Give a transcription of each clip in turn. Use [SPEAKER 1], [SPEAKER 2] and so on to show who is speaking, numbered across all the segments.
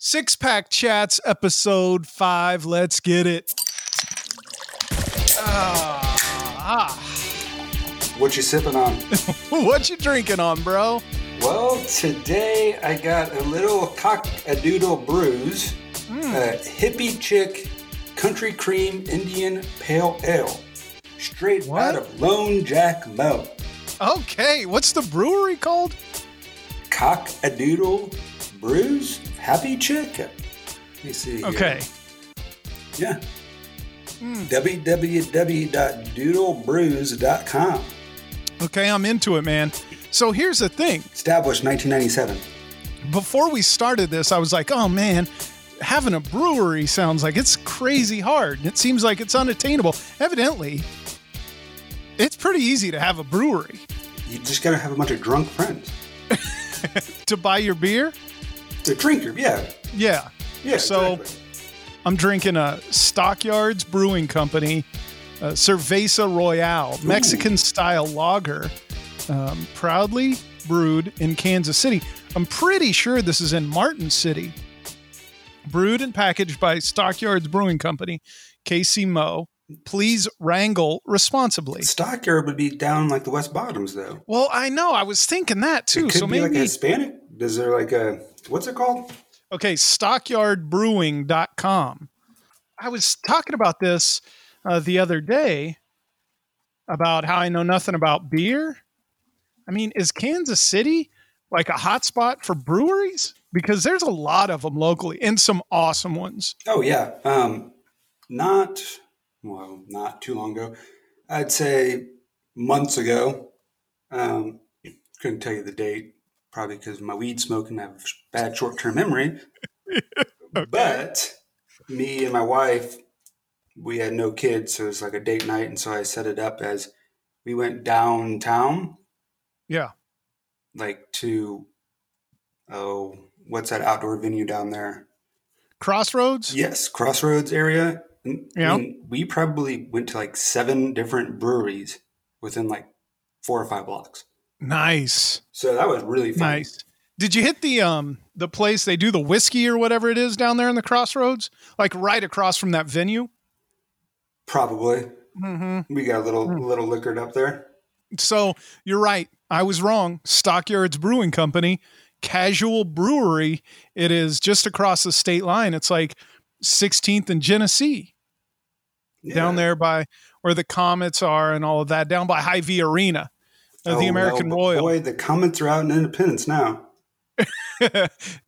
[SPEAKER 1] Six Pack Chats, episode five. Let's get it. Ah,
[SPEAKER 2] What you sipping on?
[SPEAKER 1] what you drinking on, bro?
[SPEAKER 2] well, today I got a little cock a doodle brews,
[SPEAKER 1] Hmm.
[SPEAKER 2] uh, hippie chick country cream Indian pale ale, straight
[SPEAKER 1] What?
[SPEAKER 2] out of Lone Jack Mountain.
[SPEAKER 1] Okay, what's the brewery called?
[SPEAKER 2] Cock a doodle brews, happy chick. Let me see. here.
[SPEAKER 1] Okay, Hmm.
[SPEAKER 2] Yeah. www.doodlebrews.com.
[SPEAKER 1] okay, I'm into it, man. So here's the thing.
[SPEAKER 2] Established 1997.
[SPEAKER 1] Before we started this, I was like, oh man, having a brewery sounds like it's crazy hard. It seems like it's unattainable. Evidently, it's pretty easy to have a brewery.
[SPEAKER 2] You just gotta have a bunch of drunk friends.
[SPEAKER 1] To buy your beer?
[SPEAKER 2] A drinker, yeah.
[SPEAKER 1] Yeah.
[SPEAKER 2] Yeah.
[SPEAKER 1] So-
[SPEAKER 2] exactly.
[SPEAKER 1] I'm drinking a Stockyards Brewing Company uh, Cerveza Royale, Mexican style lager, um, proudly brewed in Kansas City. I'm pretty sure this is in Martin City. Brewed and packaged by Stockyards Brewing Company, KC Mo. Please wrangle responsibly.
[SPEAKER 2] Stockyard would be down like the West Bottoms, though.
[SPEAKER 1] Well, I know. I was thinking that too.
[SPEAKER 2] it could
[SPEAKER 1] So
[SPEAKER 2] be like a
[SPEAKER 1] maybe
[SPEAKER 2] Hispanic. Is there like a what's it called?
[SPEAKER 1] Okay, stockyardbrewing.com. I was talking about this uh, the other day about how I know nothing about beer. I mean, is Kansas City like a hotspot for breweries? Because there's a lot of them locally and some awesome ones.
[SPEAKER 2] Oh yeah. Um, not well, not too long ago. I'd say months ago. Um, couldn't tell you the date, probably because my weed smoking I have bad short term memory. But me and my wife, we had no kids, so it was like a date night, and so I set it up as we went downtown.
[SPEAKER 1] Yeah.
[SPEAKER 2] like to oh what's that outdoor venue down there
[SPEAKER 1] Crossroads?
[SPEAKER 2] yes crossroads area And-
[SPEAKER 1] Yeah.
[SPEAKER 2] and we probably went to like seven different breweries within like four or five blocks
[SPEAKER 1] Nice.
[SPEAKER 2] so that was really fun
[SPEAKER 1] Nice. Did you hit the um the place they do the whiskey or whatever it is down there in the crossroads? Like right across from that venue?
[SPEAKER 2] probably
[SPEAKER 1] Mm-hmm.
[SPEAKER 2] we got a little
[SPEAKER 1] Hmm.
[SPEAKER 2] little liquored up there
[SPEAKER 1] So you're right. I was wrong. Stockyards Brewing Company, casual brewery. It is just across the state line. It's like 16th and Genesee down
[SPEAKER 2] Yeah.
[SPEAKER 1] there by where the Comets are and all of that, down by High V Arena, uh,
[SPEAKER 2] Oh,
[SPEAKER 1] the
[SPEAKER 2] no,
[SPEAKER 1] American
[SPEAKER 2] but
[SPEAKER 1] Royal.
[SPEAKER 2] boy the comments are out in independence now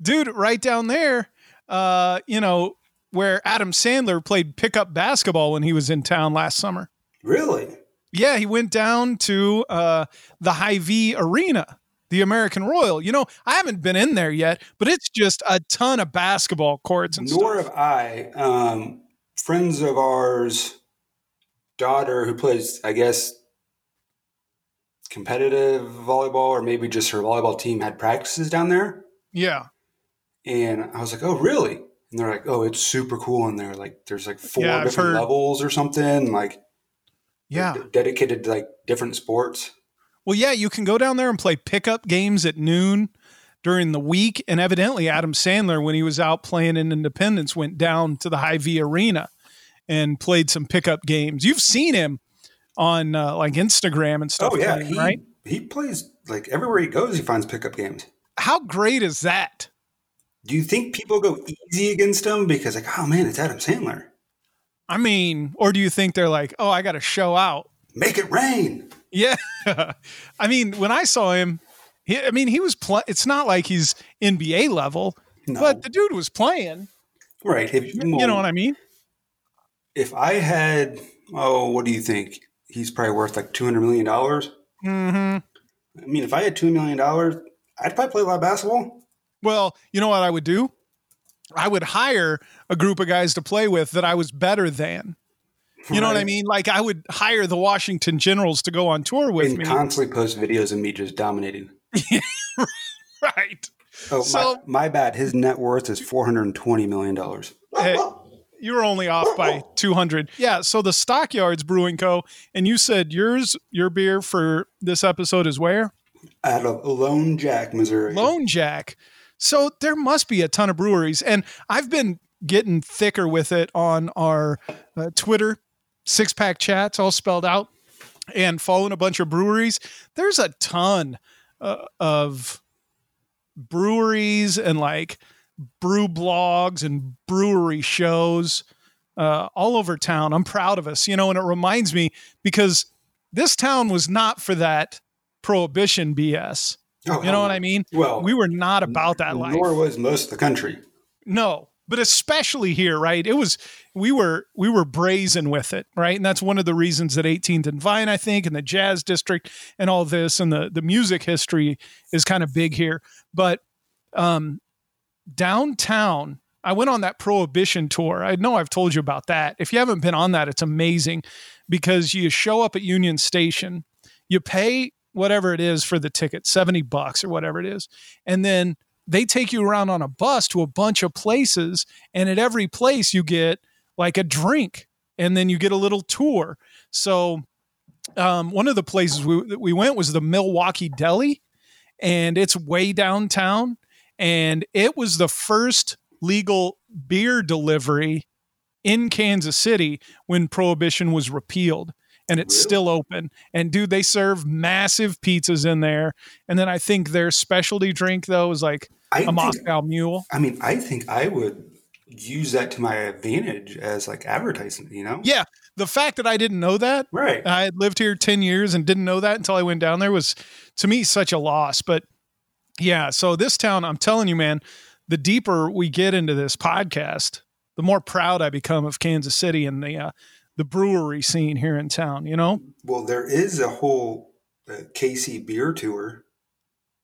[SPEAKER 1] Dude, right down there, uh, you know, where Adam Sandler played pickup basketball when he was in town last summer.
[SPEAKER 2] really
[SPEAKER 1] Yeah, he went down to uh, the High V Arena, the American Royal. You know, I haven't been in there yet, but it's just a ton of basketball courts and
[SPEAKER 2] Nor
[SPEAKER 1] stuff.
[SPEAKER 2] have I. Um, friends of ours, daughter who plays, I guess, competitive volleyball, or maybe just her volleyball team had practices down there.
[SPEAKER 1] Yeah,
[SPEAKER 2] And I was like, oh, really? And they're like, oh, it's super cool in there. Like, there's like four
[SPEAKER 1] Yeah, I've
[SPEAKER 2] different
[SPEAKER 1] heard-
[SPEAKER 2] levels or something, like
[SPEAKER 1] yeah.
[SPEAKER 2] d- dedicated to like different sports.
[SPEAKER 1] Well, yeah, you can go down there and play pickup games at noon during the week. And evidently, Adam Sandler, when he was out playing in Independence, went down to the High V Arena and played some pickup games. You've seen him on uh, like Instagram and stuff,
[SPEAKER 2] oh, yeah.
[SPEAKER 1] playing,
[SPEAKER 2] he,
[SPEAKER 1] right?
[SPEAKER 2] he plays like everywhere he goes, he finds pickup games.
[SPEAKER 1] How great is that?
[SPEAKER 2] Do you think people go easy against him because, like, oh man, it's Adam Sandler?
[SPEAKER 1] I mean, or do you think they're like, oh, I got to show out?
[SPEAKER 2] Make it rain.
[SPEAKER 1] Yeah. I mean, when I saw him, he, I mean, he was playing. It's not like he's NBA level,
[SPEAKER 2] No.
[SPEAKER 1] but the dude was playing.
[SPEAKER 2] right. If,
[SPEAKER 1] You know what I mean?
[SPEAKER 2] if I had, oh, what do you think? He's probably worth like $200 million. I
[SPEAKER 1] hmm
[SPEAKER 2] mean, if I had $2 million, I'd probably play a lot of basketball.
[SPEAKER 1] Well, you know what I would do? I would hire a group of guys to play with that I was better than. You know what I
[SPEAKER 2] Right?
[SPEAKER 1] mean? Like I would hire the Washington Generals to go on tour with
[SPEAKER 2] And
[SPEAKER 1] me.
[SPEAKER 2] constantly post videos of me just dominating.
[SPEAKER 1] right.
[SPEAKER 2] Oh,
[SPEAKER 1] So-
[SPEAKER 2] my, my bad. His net worth is $420 million.
[SPEAKER 1] Hey, you were only off by 200. Yeah. So the Stockyards Brewing Co. And you said yours, your beer for this episode is where?
[SPEAKER 2] Out of Lone Jack, Missouri.
[SPEAKER 1] Lone Jack. So there must be a ton of breweries, and I've been getting thicker with it on our uh, Twitter six pack chats, all spelled out, and following a bunch of breweries. There's a ton uh, of breweries and like brew blogs and brewery shows uh, all over town. I'm proud of us, you know, and it reminds me because this town was not for that prohibition BS.
[SPEAKER 2] Oh,
[SPEAKER 1] You know what I mean?
[SPEAKER 2] Well,
[SPEAKER 1] We were not about that life.
[SPEAKER 2] nor was most of the country.
[SPEAKER 1] No, but especially here, right? It was we were we were brazen with it, right? And that's one of the reasons that 18th and Vine, I think, and the Jazz District and all this and the the music history is kind of big here. But um downtown, I went on that prohibition tour. I know I've told you about that. If you haven't been on that, it's amazing because you show up at Union Station, you pay whatever it is for the ticket, 70 bucks or whatever it is. And then they take you around on a bus to a bunch of places and at every place you get like a drink and then you get a little tour so um, one of the places we, that we went was the milwaukee deli and it's way downtown and it was the first legal beer delivery in kansas city when prohibition was repealed and it's
[SPEAKER 2] Really?
[SPEAKER 1] still open and dude they serve massive pizzas in there and then i think their specialty drink though is like
[SPEAKER 2] I
[SPEAKER 1] a
[SPEAKER 2] think-
[SPEAKER 1] Moscow Mule.
[SPEAKER 2] I mean, I think I would use that to my advantage as like advertising. You know?
[SPEAKER 1] Yeah. The fact that I didn't know that,
[SPEAKER 2] Right.
[SPEAKER 1] I had lived here 10 years and didn't know that until I went down there was to me such a loss. But yeah, so this town, I'm telling you, man, the deeper we get into this podcast, the more proud I become of Kansas City and the uh, the brewery scene here in town, you know?
[SPEAKER 2] Well, there is a whole uh, KC beer tour.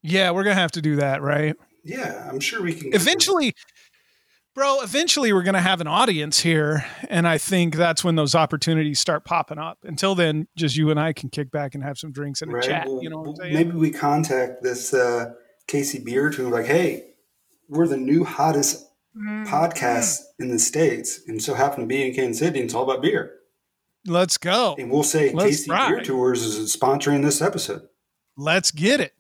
[SPEAKER 1] Yeah, we're going to have to do that, right?
[SPEAKER 2] Yeah, I'm sure we can. get-
[SPEAKER 1] Eventually, bro, eventually we're going to have an audience here. And I think that's when those opportunities start popping up. Until then, just you and I can kick back and have some drinks and a chat.
[SPEAKER 2] Well,
[SPEAKER 1] you know what I'm
[SPEAKER 2] well,
[SPEAKER 1] saying?
[SPEAKER 2] Maybe we contact this uh, Casey Beer to like, hey, we're the new hottest
[SPEAKER 1] Mm-hmm.
[SPEAKER 2] Mm-hmm. podcast in the states, and so happen to be in Kansas City. And it's all about beer,
[SPEAKER 1] Let's go.
[SPEAKER 2] and we'll say
[SPEAKER 1] Let's
[SPEAKER 2] Casey
[SPEAKER 1] try.
[SPEAKER 2] Beer Tours is sponsoring this episode.
[SPEAKER 1] Let's get it.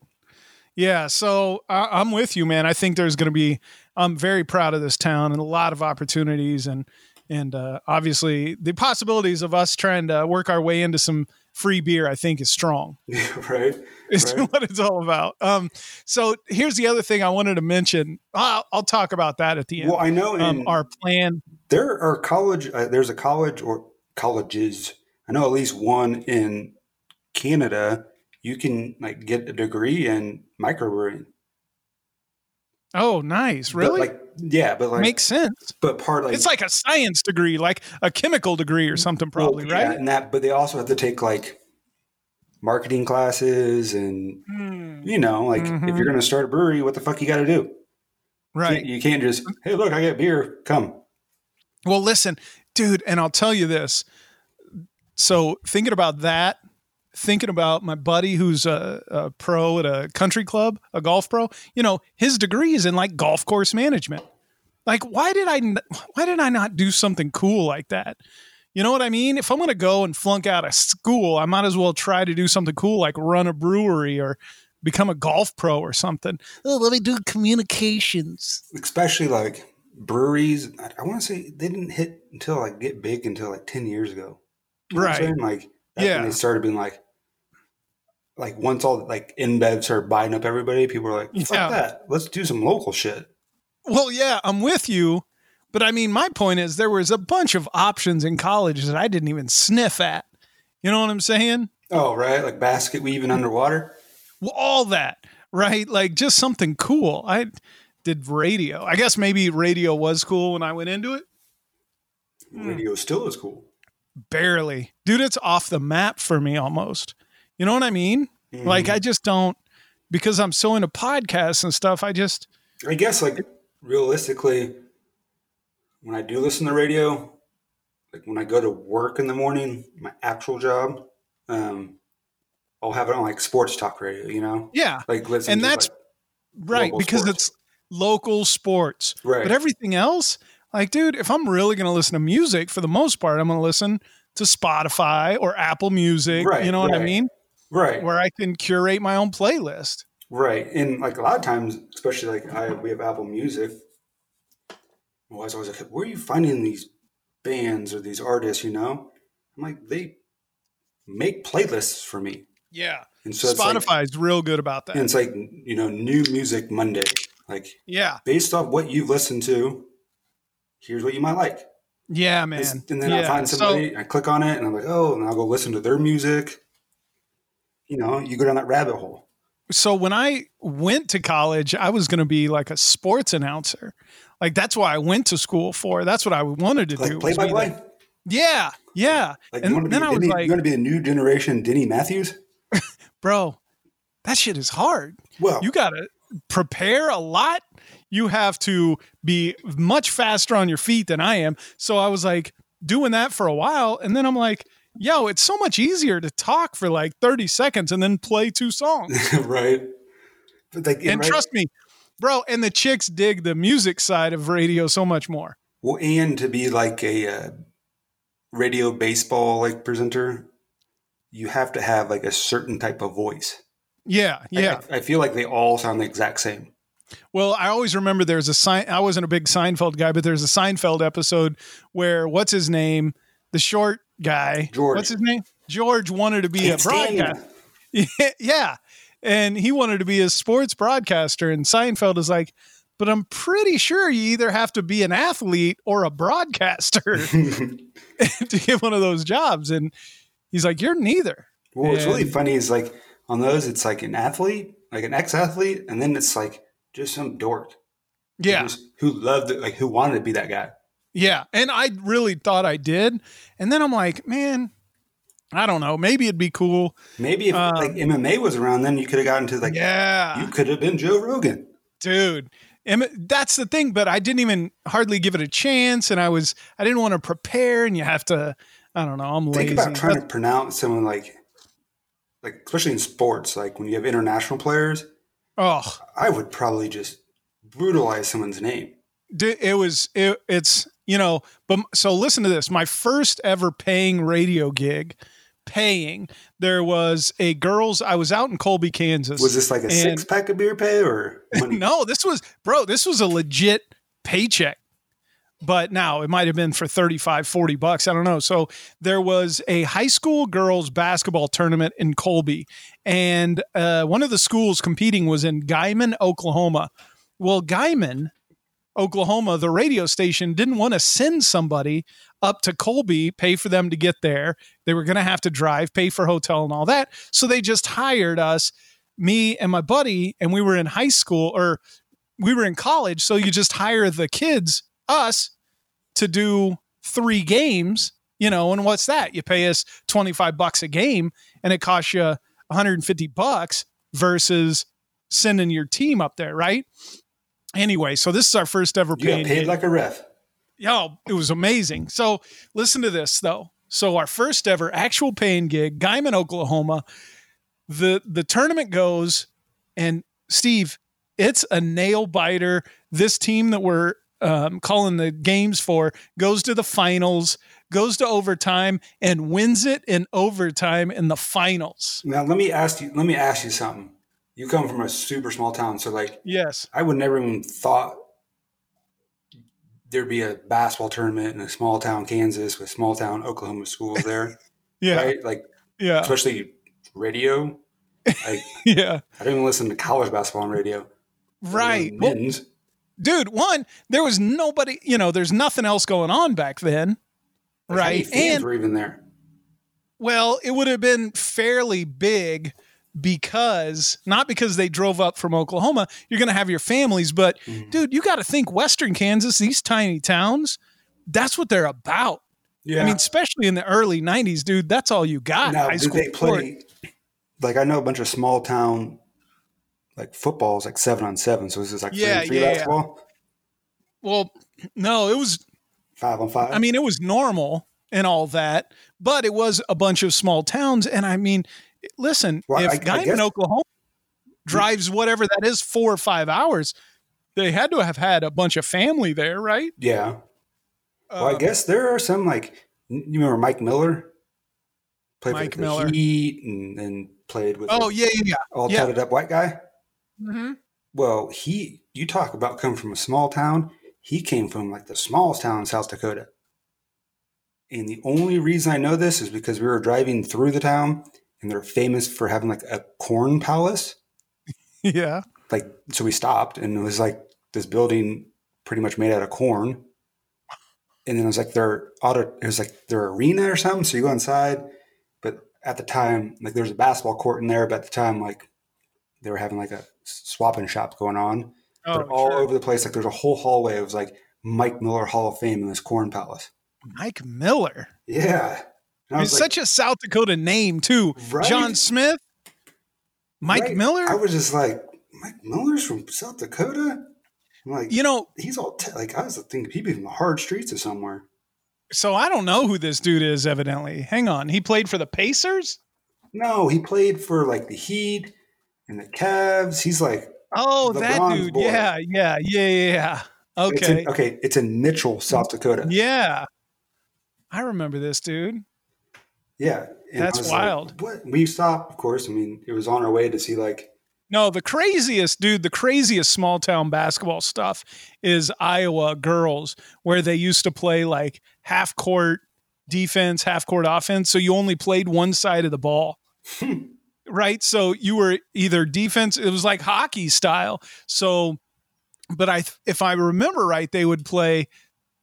[SPEAKER 1] Yeah, so I, I'm with you, man. I think there's going to be. I'm very proud of this town and a lot of opportunities, and and uh, obviously the possibilities of us trying to work our way into some free beer. I think is strong.
[SPEAKER 2] right?
[SPEAKER 1] It's
[SPEAKER 2] Right.
[SPEAKER 1] what it's all about. Um, so here's the other thing I wanted to mention. I'll, I'll talk about that at the end.
[SPEAKER 2] Well, I know in
[SPEAKER 1] um, our plan.
[SPEAKER 2] there are college. Uh, there's a college or colleges. I know at least one in Canada. You can like get a degree in microbrewing.
[SPEAKER 1] Oh, nice.
[SPEAKER 2] But,
[SPEAKER 1] Really
[SPEAKER 2] like yeah, but like
[SPEAKER 1] makes sense.
[SPEAKER 2] but part like Mm,
[SPEAKER 1] It's like a science degree, like a chemical degree or something, probably,
[SPEAKER 2] Well, yeah,
[SPEAKER 1] right?
[SPEAKER 2] and that, but they also have to take like marketing classes, and
[SPEAKER 1] Hmm.
[SPEAKER 2] you know, like if
[SPEAKER 1] Mhm.
[SPEAKER 2] you're going to start a brewery, what the fuck you got to do?
[SPEAKER 1] Right.
[SPEAKER 2] You, you can't just hey, look, I got beer, come.
[SPEAKER 1] Well, listen, dude, and I'll tell you this. So, thinking about that, thinking about my buddy who's a, a pro at a country club, a golf pro, you know, his degree is in like golf course management. Like, why did I n- why did I not do something cool like that? You know what I mean? If I'm going to go and flunk out of school, I might as well try to do something cool like run a brewery or become a golf pro or something. Oh, let me do communications.
[SPEAKER 2] Especially like breweries. I, I want to say they didn't hit until like get big until like ten years ago. You know what I'm
[SPEAKER 1] Right.
[SPEAKER 2] saying? Like that's
[SPEAKER 1] Yeah.
[SPEAKER 2] when they started being like. Like once all like InBev started buying up everybody, people were like, "Fuck
[SPEAKER 1] Yeah.
[SPEAKER 2] that! Let's do some local shit."
[SPEAKER 1] Well, yeah, I'm with you. But I mean, my point is there was a bunch of options in college that I didn't even sniff at. You know what I'm saying?
[SPEAKER 2] Oh, right, like basket weaving
[SPEAKER 1] Hmm.
[SPEAKER 2] underwater.
[SPEAKER 1] Well, all that, right? Like just something cool. I did radio. I guess maybe radio was cool when I went into it. Hmm.
[SPEAKER 2] Radio still is cool.
[SPEAKER 1] Barely. Dude, it's off the map for me almost. You know what I mean? Like
[SPEAKER 2] Mm-hmm.
[SPEAKER 1] I just don't because I'm so into podcasts and stuff, I just
[SPEAKER 2] I guess like realistically, when I do listen to radio, like when I go to work in the morning, my actual job, um, I'll have it on like sports talk radio, you know,
[SPEAKER 1] yeah,
[SPEAKER 2] like listen.
[SPEAKER 1] And
[SPEAKER 2] to,
[SPEAKER 1] that's-
[SPEAKER 2] like-
[SPEAKER 1] right,
[SPEAKER 2] Local
[SPEAKER 1] because
[SPEAKER 2] sports.
[SPEAKER 1] it's local sports.
[SPEAKER 2] right.
[SPEAKER 1] But everything else, like, dude, if I'm really going to listen to music for the most part, I'm going to listen to Spotify or Apple Music.
[SPEAKER 2] Right,
[SPEAKER 1] you know what I
[SPEAKER 2] right.
[SPEAKER 1] mean?
[SPEAKER 2] right.
[SPEAKER 1] Where I can curate my own playlist.
[SPEAKER 2] Right. And like a lot of times, especially like I we have Apple Music. My wife's always like, where are you finding these bands or these artists, you know? I'm like, they make playlists for me.
[SPEAKER 1] Yeah.
[SPEAKER 2] And so it's like-
[SPEAKER 1] Spotify's real good about that.
[SPEAKER 2] and it's like, you know, new music Monday. Like
[SPEAKER 1] yeah.
[SPEAKER 2] based off what you've listened to, here's what you might like.
[SPEAKER 1] Yeah, man.
[SPEAKER 2] It's- And then I
[SPEAKER 1] Yeah.
[SPEAKER 2] find
[SPEAKER 1] So-
[SPEAKER 2] somebody, I click on it, and I'm like, oh, and I'll go listen to their music. You know, you go down that rabbit hole.
[SPEAKER 1] so when I went to college, I was going to be like a sports announcer. Like that's what I went to school for. That's what I wanted to do.
[SPEAKER 2] Like play
[SPEAKER 1] was
[SPEAKER 2] by
[SPEAKER 1] be
[SPEAKER 2] play.
[SPEAKER 1] like- Yeah, yeah.
[SPEAKER 2] Like
[SPEAKER 1] and
[SPEAKER 2] you want to
[SPEAKER 1] then
[SPEAKER 2] be
[SPEAKER 1] I was
[SPEAKER 2] Denny,
[SPEAKER 1] like-
[SPEAKER 2] you want to be a new generation Denny Matthews?
[SPEAKER 1] Bro, that shit is hard.
[SPEAKER 2] Well,
[SPEAKER 1] You got to prepare a lot. You have to be much faster on your feet than I am. So I was like doing that for a while and then I'm like, yo, it's so much easier to talk for like 30 seconds and then play two songs.
[SPEAKER 2] right? But like,
[SPEAKER 1] and
[SPEAKER 2] right?
[SPEAKER 1] trust me, bro. And the chicks dig the music side of radio so much more.
[SPEAKER 2] well, and to be like a uh, radio baseball like presenter, you have to have like a certain type of voice.
[SPEAKER 1] Yeah,
[SPEAKER 2] Like,
[SPEAKER 1] yeah.
[SPEAKER 2] I, I feel like they all sound the exact same.
[SPEAKER 1] Well, I always remember there's a sign. I wasn't a big Seinfeld guy, but there's a Seinfeld episode where what's his name, the short guy,
[SPEAKER 2] George.
[SPEAKER 1] What's his name? George wanted to be a
[SPEAKER 2] Can't stand
[SPEAKER 1] broadcaster.
[SPEAKER 2] it.
[SPEAKER 1] yeah. And he wanted to be a sports broadcaster. And Seinfeld is like, but I'm pretty sure you either have to be an athlete or a broadcaster to get one of those jobs. And he's like, you're neither.
[SPEAKER 2] Well, what's really
[SPEAKER 1] And-
[SPEAKER 2] funny is like on those, it's like an athlete, like an ex-athlete, and then it's like just some dork
[SPEAKER 1] Yeah.
[SPEAKER 2] who's- who loved it, like who wanted to be that guy.
[SPEAKER 1] Yeah. And I really thought I did. And then I'm like, man, I don't know. Maybe it'd be cool.
[SPEAKER 2] Maybe if
[SPEAKER 1] Um,
[SPEAKER 2] like MMA was around, then you could have gotten to like you
[SPEAKER 1] Yeah.
[SPEAKER 2] could have been Joe Rogan.
[SPEAKER 1] Dude. And that's the thing, but I didn't even hardly give it a chance. And I was, I didn't want to prepare. And you have to, I don't know, I'm
[SPEAKER 2] Think
[SPEAKER 1] lazy.
[SPEAKER 2] about trying to pronounce someone like like especially in sports, like when you have international players,
[SPEAKER 1] oh,
[SPEAKER 2] I would probably just brutalize someone's name.
[SPEAKER 1] d- it was, it, it's, you know, but so listen to this. My first ever paying radio gig, paying, there was a girls, I was out in Colby, Kansas.
[SPEAKER 2] Was this like a
[SPEAKER 1] And-
[SPEAKER 2] six pack of beer pay or money?
[SPEAKER 1] No, this was, bro, this was a legit paycheck. But now it might have been for 35, 40 bucks. I don't know. So there was a high school girls basketball tournament in Colby. And uh, one of the schools competing was in Guyman, Oklahoma. Well, Guyman, Oklahoma, the radio station didn't want to send somebody up to Colby, pay for them to get there. They were going to have to drive, pay for hotel and all that. So they just hired us, me and my buddy, and we were in high school or we were in college. So you just hire the kids, us, to do three games, you know, and what's that? You pay us 25 bucks a game and it costs you 150 bucks versus sending your team up there, right? Anyway, so this is our first ever
[SPEAKER 2] You got
[SPEAKER 1] paid
[SPEAKER 2] paid like a ref.
[SPEAKER 1] yo, it was amazing. So listen to this though. So our first ever actual paying gig, Guyman, Oklahoma. The the tournament goes, and Steve, it's a nail biter. This team that we're um, calling the games for goes to the finals, goes to overtime, and wins it in overtime in the finals.
[SPEAKER 2] Now let me ask you. Let me ask you something. You come from a super small town, so like
[SPEAKER 1] Yes.
[SPEAKER 2] I would never even thought there'd be a basketball tournament in a small town Kansas with small town Oklahoma schools there,
[SPEAKER 1] Yeah.
[SPEAKER 2] right? Like
[SPEAKER 1] Yeah.
[SPEAKER 2] especially radio. Like
[SPEAKER 1] Yeah.
[SPEAKER 2] I didn't even listen to college basketball on radio.
[SPEAKER 1] Right.
[SPEAKER 2] Only
[SPEAKER 1] Well,
[SPEAKER 2] Men's.
[SPEAKER 1] dude, one, there was nobody, you know, there's nothing else going on back then.
[SPEAKER 2] Like, how many
[SPEAKER 1] Right.
[SPEAKER 2] fans
[SPEAKER 1] And
[SPEAKER 2] were even there.
[SPEAKER 1] Well, it would have been fairly big because not because they drove up from Oklahoma. You're going to have your families, but
[SPEAKER 2] Mhm.
[SPEAKER 1] dude, you got to think Western Kansas, these tiny towns, that's what they're about.
[SPEAKER 2] Yeah.
[SPEAKER 1] I mean, especially in the early 90s, dude, that's all you got.
[SPEAKER 2] now
[SPEAKER 1] high
[SPEAKER 2] did
[SPEAKER 1] school
[SPEAKER 2] they
[SPEAKER 1] sport.
[SPEAKER 2] play? Like I know a bunch of small town. Like football is like seven on seven, so is this like three
[SPEAKER 1] Yeah,
[SPEAKER 2] on three
[SPEAKER 1] yeah, yeah.
[SPEAKER 2] basketball,
[SPEAKER 1] Well, no, it was
[SPEAKER 2] five on five.
[SPEAKER 1] I mean, it was normal and all that, but it was a bunch of small towns. And I mean, listen,
[SPEAKER 2] Well,
[SPEAKER 1] if
[SPEAKER 2] I- I
[SPEAKER 1] Guyman,
[SPEAKER 2] guess-
[SPEAKER 1] Oklahoma drives whatever that is four or five hours, they had to have had a bunch of family there, right?
[SPEAKER 2] yeah. Well, I
[SPEAKER 1] Um,
[SPEAKER 2] guess there are some like n- you remember Mike Miller played
[SPEAKER 1] Mike
[SPEAKER 2] for the
[SPEAKER 1] Miller.
[SPEAKER 2] Heat and, and played with
[SPEAKER 1] oh,
[SPEAKER 2] the
[SPEAKER 1] yeah, yeah, yeah.
[SPEAKER 2] all
[SPEAKER 1] yeah.
[SPEAKER 2] tatted up white guy. Mm-hmm. Well, he, you talk about coming from a small town. He came from like the smallest town in South Dakota. And the only reason I know this is because we were driving through the town and they're famous for having like a corn palace.
[SPEAKER 1] Yeah.
[SPEAKER 2] Like, so we stopped and it was like this building pretty much made out of corn. And then it was like their auto, it was like their arena or something. So you go inside, but at the time, like there's a basketball court in there, but at the time, like they were having like a swapping shop going on.
[SPEAKER 1] Oh,
[SPEAKER 2] but all
[SPEAKER 1] sure.
[SPEAKER 2] over the place, like there's a whole hallway. It was like Mike Miller Hall of Fame in this corn palace.
[SPEAKER 1] Mike Miller.
[SPEAKER 2] Yeah. And I
[SPEAKER 1] It's
[SPEAKER 2] was like,
[SPEAKER 1] such a South Dakota name too.
[SPEAKER 2] Right?
[SPEAKER 1] John Smith, Mike
[SPEAKER 2] right?
[SPEAKER 1] Miller.
[SPEAKER 2] I was just like, Mike Miller's from South Dakota? I'm like,
[SPEAKER 1] you know,
[SPEAKER 2] he's all, te- like, I was thinking he'd be from the hard streets of somewhere.
[SPEAKER 1] so I don't know who this dude is. Evidently, hang on. He played for the Pacers.
[SPEAKER 2] No, he played for like the Heat and the Cavs. He's like,
[SPEAKER 1] Oh,
[SPEAKER 2] The
[SPEAKER 1] that
[SPEAKER 2] Bronze
[SPEAKER 1] dude.
[SPEAKER 2] Boy.
[SPEAKER 1] Yeah, yeah, yeah, yeah. yeah.
[SPEAKER 2] it's
[SPEAKER 1] Okay,
[SPEAKER 2] in, okay, it's in Mitchell, South Dakota.
[SPEAKER 1] yeah. I remember this dude.
[SPEAKER 2] Yeah. And I
[SPEAKER 1] That's
[SPEAKER 2] was like,
[SPEAKER 1] wild.
[SPEAKER 2] what? We stopped, of course. I mean, it was on our way to see like,
[SPEAKER 1] No, the craziest dude, the craziest small town basketball stuff is Iowa girls, where they used to play like half court defense, half court offense. So you only played one side of the ball. right. So you were either defense, it was like hockey style. So, but I, if I remember right, they would play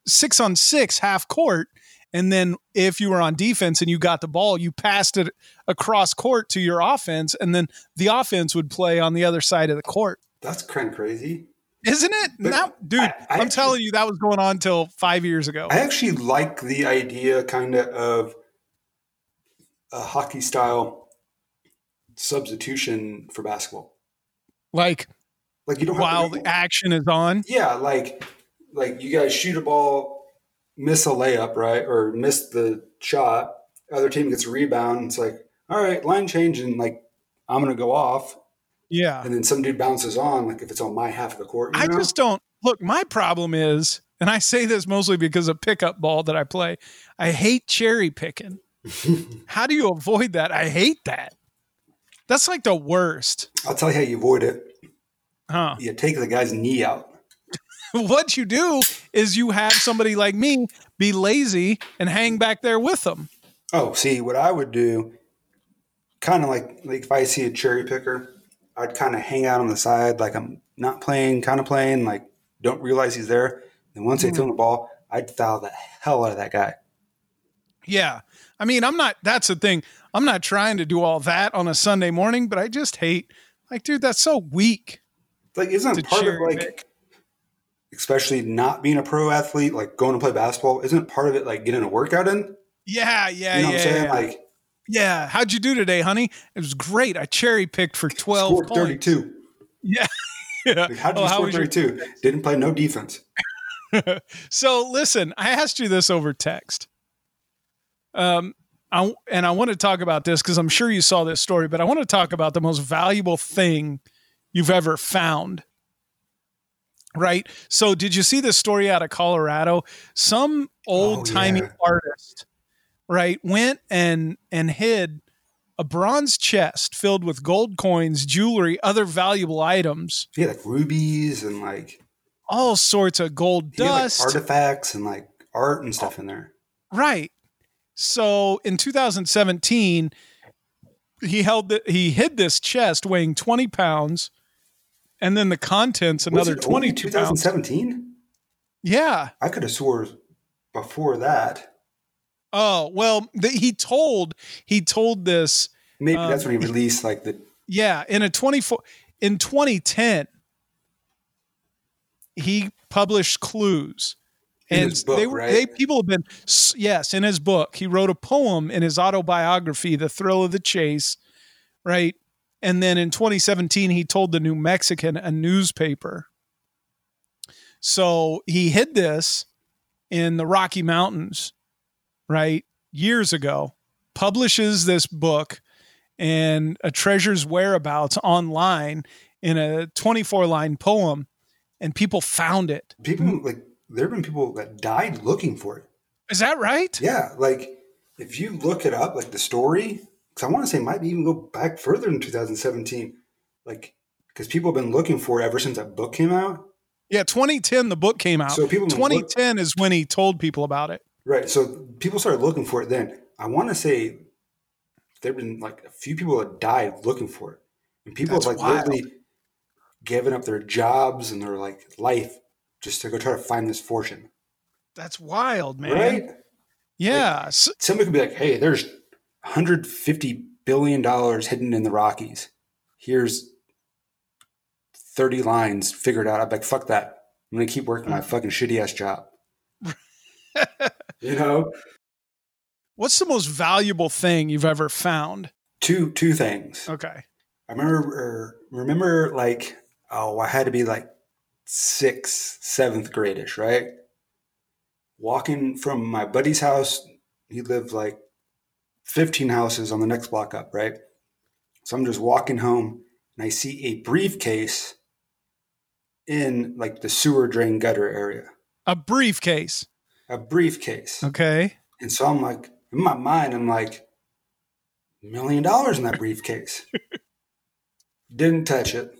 [SPEAKER 1] six on six half court. And then if you were on defense and you got the ball, you passed it across court to your offense. And then the offense would play on the other side of the court.
[SPEAKER 2] that's kind of crazy.
[SPEAKER 1] Isn't it?
[SPEAKER 2] But
[SPEAKER 1] That, dude,
[SPEAKER 2] I- I
[SPEAKER 1] I, am
[SPEAKER 2] actually-
[SPEAKER 1] telling you, that was going on till five years ago.
[SPEAKER 2] I actually like the idea kind of of a hockey style substitution for basketball.
[SPEAKER 1] like
[SPEAKER 2] Like you don't have
[SPEAKER 1] while
[SPEAKER 2] to
[SPEAKER 1] the action is on.
[SPEAKER 2] yeah, like like you guys shoot a ball, miss a layup, right? Or miss the shot, other team gets a rebound, and it's like, all right, line change and like I'm gonna go off.
[SPEAKER 1] Yeah.
[SPEAKER 2] And then some dude bounces on, like if it's on my half of the court. You
[SPEAKER 1] I
[SPEAKER 2] know?
[SPEAKER 1] just don't look. My problem is, and I say this mostly because of pickup ball that I play. I hate cherry picking. How do you avoid that? I hate that. That's like the worst,
[SPEAKER 2] I'll tell you how you avoid it.
[SPEAKER 1] huh?
[SPEAKER 2] You take the guy's knee out.
[SPEAKER 1] what you do is you have somebody like me be lazy and hang back there with them.
[SPEAKER 2] Oh, see, what I would do, kind of like like if I see a cherry picker, I'd kind of hang out on the side, like I'm not playing, kind of playing, like don't realize he's there. Then once
[SPEAKER 1] Mm-hmm.
[SPEAKER 2] they throw the ball, I'd foul the hell out of that guy.
[SPEAKER 1] Yeah. I mean, I'm not, that's the thing. I'm not trying to do all that on a Sunday morning, but I just hate, like, dude, that's so weak
[SPEAKER 2] Like, isn't
[SPEAKER 1] to
[SPEAKER 2] part of
[SPEAKER 1] cherry
[SPEAKER 2] like,
[SPEAKER 1] pick.
[SPEAKER 2] especially not being a pro athlete, like going to play basketball, isn't part of it like getting a workout in?
[SPEAKER 1] Yeah, yeah,
[SPEAKER 2] You know what I'm
[SPEAKER 1] yeah.
[SPEAKER 2] saying?
[SPEAKER 1] yeah.
[SPEAKER 2] Like,
[SPEAKER 1] Yeah. How'd you do today, honey? It was great. I cherry picked for 12
[SPEAKER 2] scored
[SPEAKER 1] points.
[SPEAKER 2] 32.
[SPEAKER 1] Yeah. yeah.
[SPEAKER 2] Like, how did
[SPEAKER 1] Oh,
[SPEAKER 2] you
[SPEAKER 1] how
[SPEAKER 2] score
[SPEAKER 1] was your-
[SPEAKER 2] 32? Didn't play no defense.
[SPEAKER 1] so listen, I asked you this over text. Um, I, and I want to talk about this because I'm sure you saw this story, but I want to talk about the most valuable thing you've ever found. Right? So, did you see this story out of Colorado? Some old timey
[SPEAKER 2] Oh, yeah.
[SPEAKER 1] artist, right, went and and hid a bronze chest filled with gold coins, jewelry, other valuable items,
[SPEAKER 2] He had like rubies and like,
[SPEAKER 1] all sorts of gold
[SPEAKER 2] he had, like
[SPEAKER 1] dust. Oh.
[SPEAKER 2] artifacts and like art and stuff in there.
[SPEAKER 1] Right. So in 2017, he held the, he hid this chest weighing 20 pounds, and then the contents
[SPEAKER 2] Was
[SPEAKER 1] another
[SPEAKER 2] it only
[SPEAKER 1] 22 pounds.
[SPEAKER 2] 2017?
[SPEAKER 1] Yeah.
[SPEAKER 2] I could have swore before that.
[SPEAKER 1] Oh well, the, he told he told this.
[SPEAKER 2] Maybe
[SPEAKER 1] Um,
[SPEAKER 2] that's when he released like the
[SPEAKER 1] Yeah, in a 24 in 2010, he published clues.
[SPEAKER 2] In
[SPEAKER 1] and
[SPEAKER 2] his book,
[SPEAKER 1] they,
[SPEAKER 2] right?
[SPEAKER 1] they people have been s- yes in his book he wrote a poem in his autobiography the thrill of the chase right and then in 2017 he told the new mexican a newspaper so he hid this in the rocky mountains right years ago publishes this book and a treasure's whereabouts online in a 24 line poem and people found it
[SPEAKER 2] people like there have been people that died looking for it.
[SPEAKER 1] is that right
[SPEAKER 2] Yeah, like if you look it up, like the story, because I want to say it might even go back further than 2017. Like because people have been looking for it ever since that book came out.
[SPEAKER 1] Yeah, 2010 the book came out.
[SPEAKER 2] So people have been look-
[SPEAKER 1] 2010 is when he told people about it.
[SPEAKER 2] Right. So people started looking for it then. I want to say there've been like a few people that died looking for it, and people
[SPEAKER 1] That's
[SPEAKER 2] have like
[SPEAKER 1] wild.
[SPEAKER 2] literally given up their jobs and their like life just to go try to find this fortune.
[SPEAKER 1] That's wild, man.
[SPEAKER 2] Right.
[SPEAKER 1] Yeah. So,
[SPEAKER 2] Somebody could be like, "Hey, there's 150 billion dollars hidden in the Rockies. Here's 30 lines figured out." I'm like, "Fuck that. I'm gonna keep working my fucking shitty ass job." you know.
[SPEAKER 1] what's the most valuable thing you've ever found?
[SPEAKER 2] two two things.
[SPEAKER 1] Okay.
[SPEAKER 2] I remember er, remember like oh I had to be like sixth seventh gradish right. Walking from my buddy's house, he lived like fifteen houses on the next block up, right. So I'm just walking home and I see a briefcase in like the sewer drain gutter area,
[SPEAKER 1] A briefcase.
[SPEAKER 2] a briefcase.
[SPEAKER 1] Okay.
[SPEAKER 2] And so I'm like, in my mind, I'm like, million dollars in that briefcase. Didn't touch it.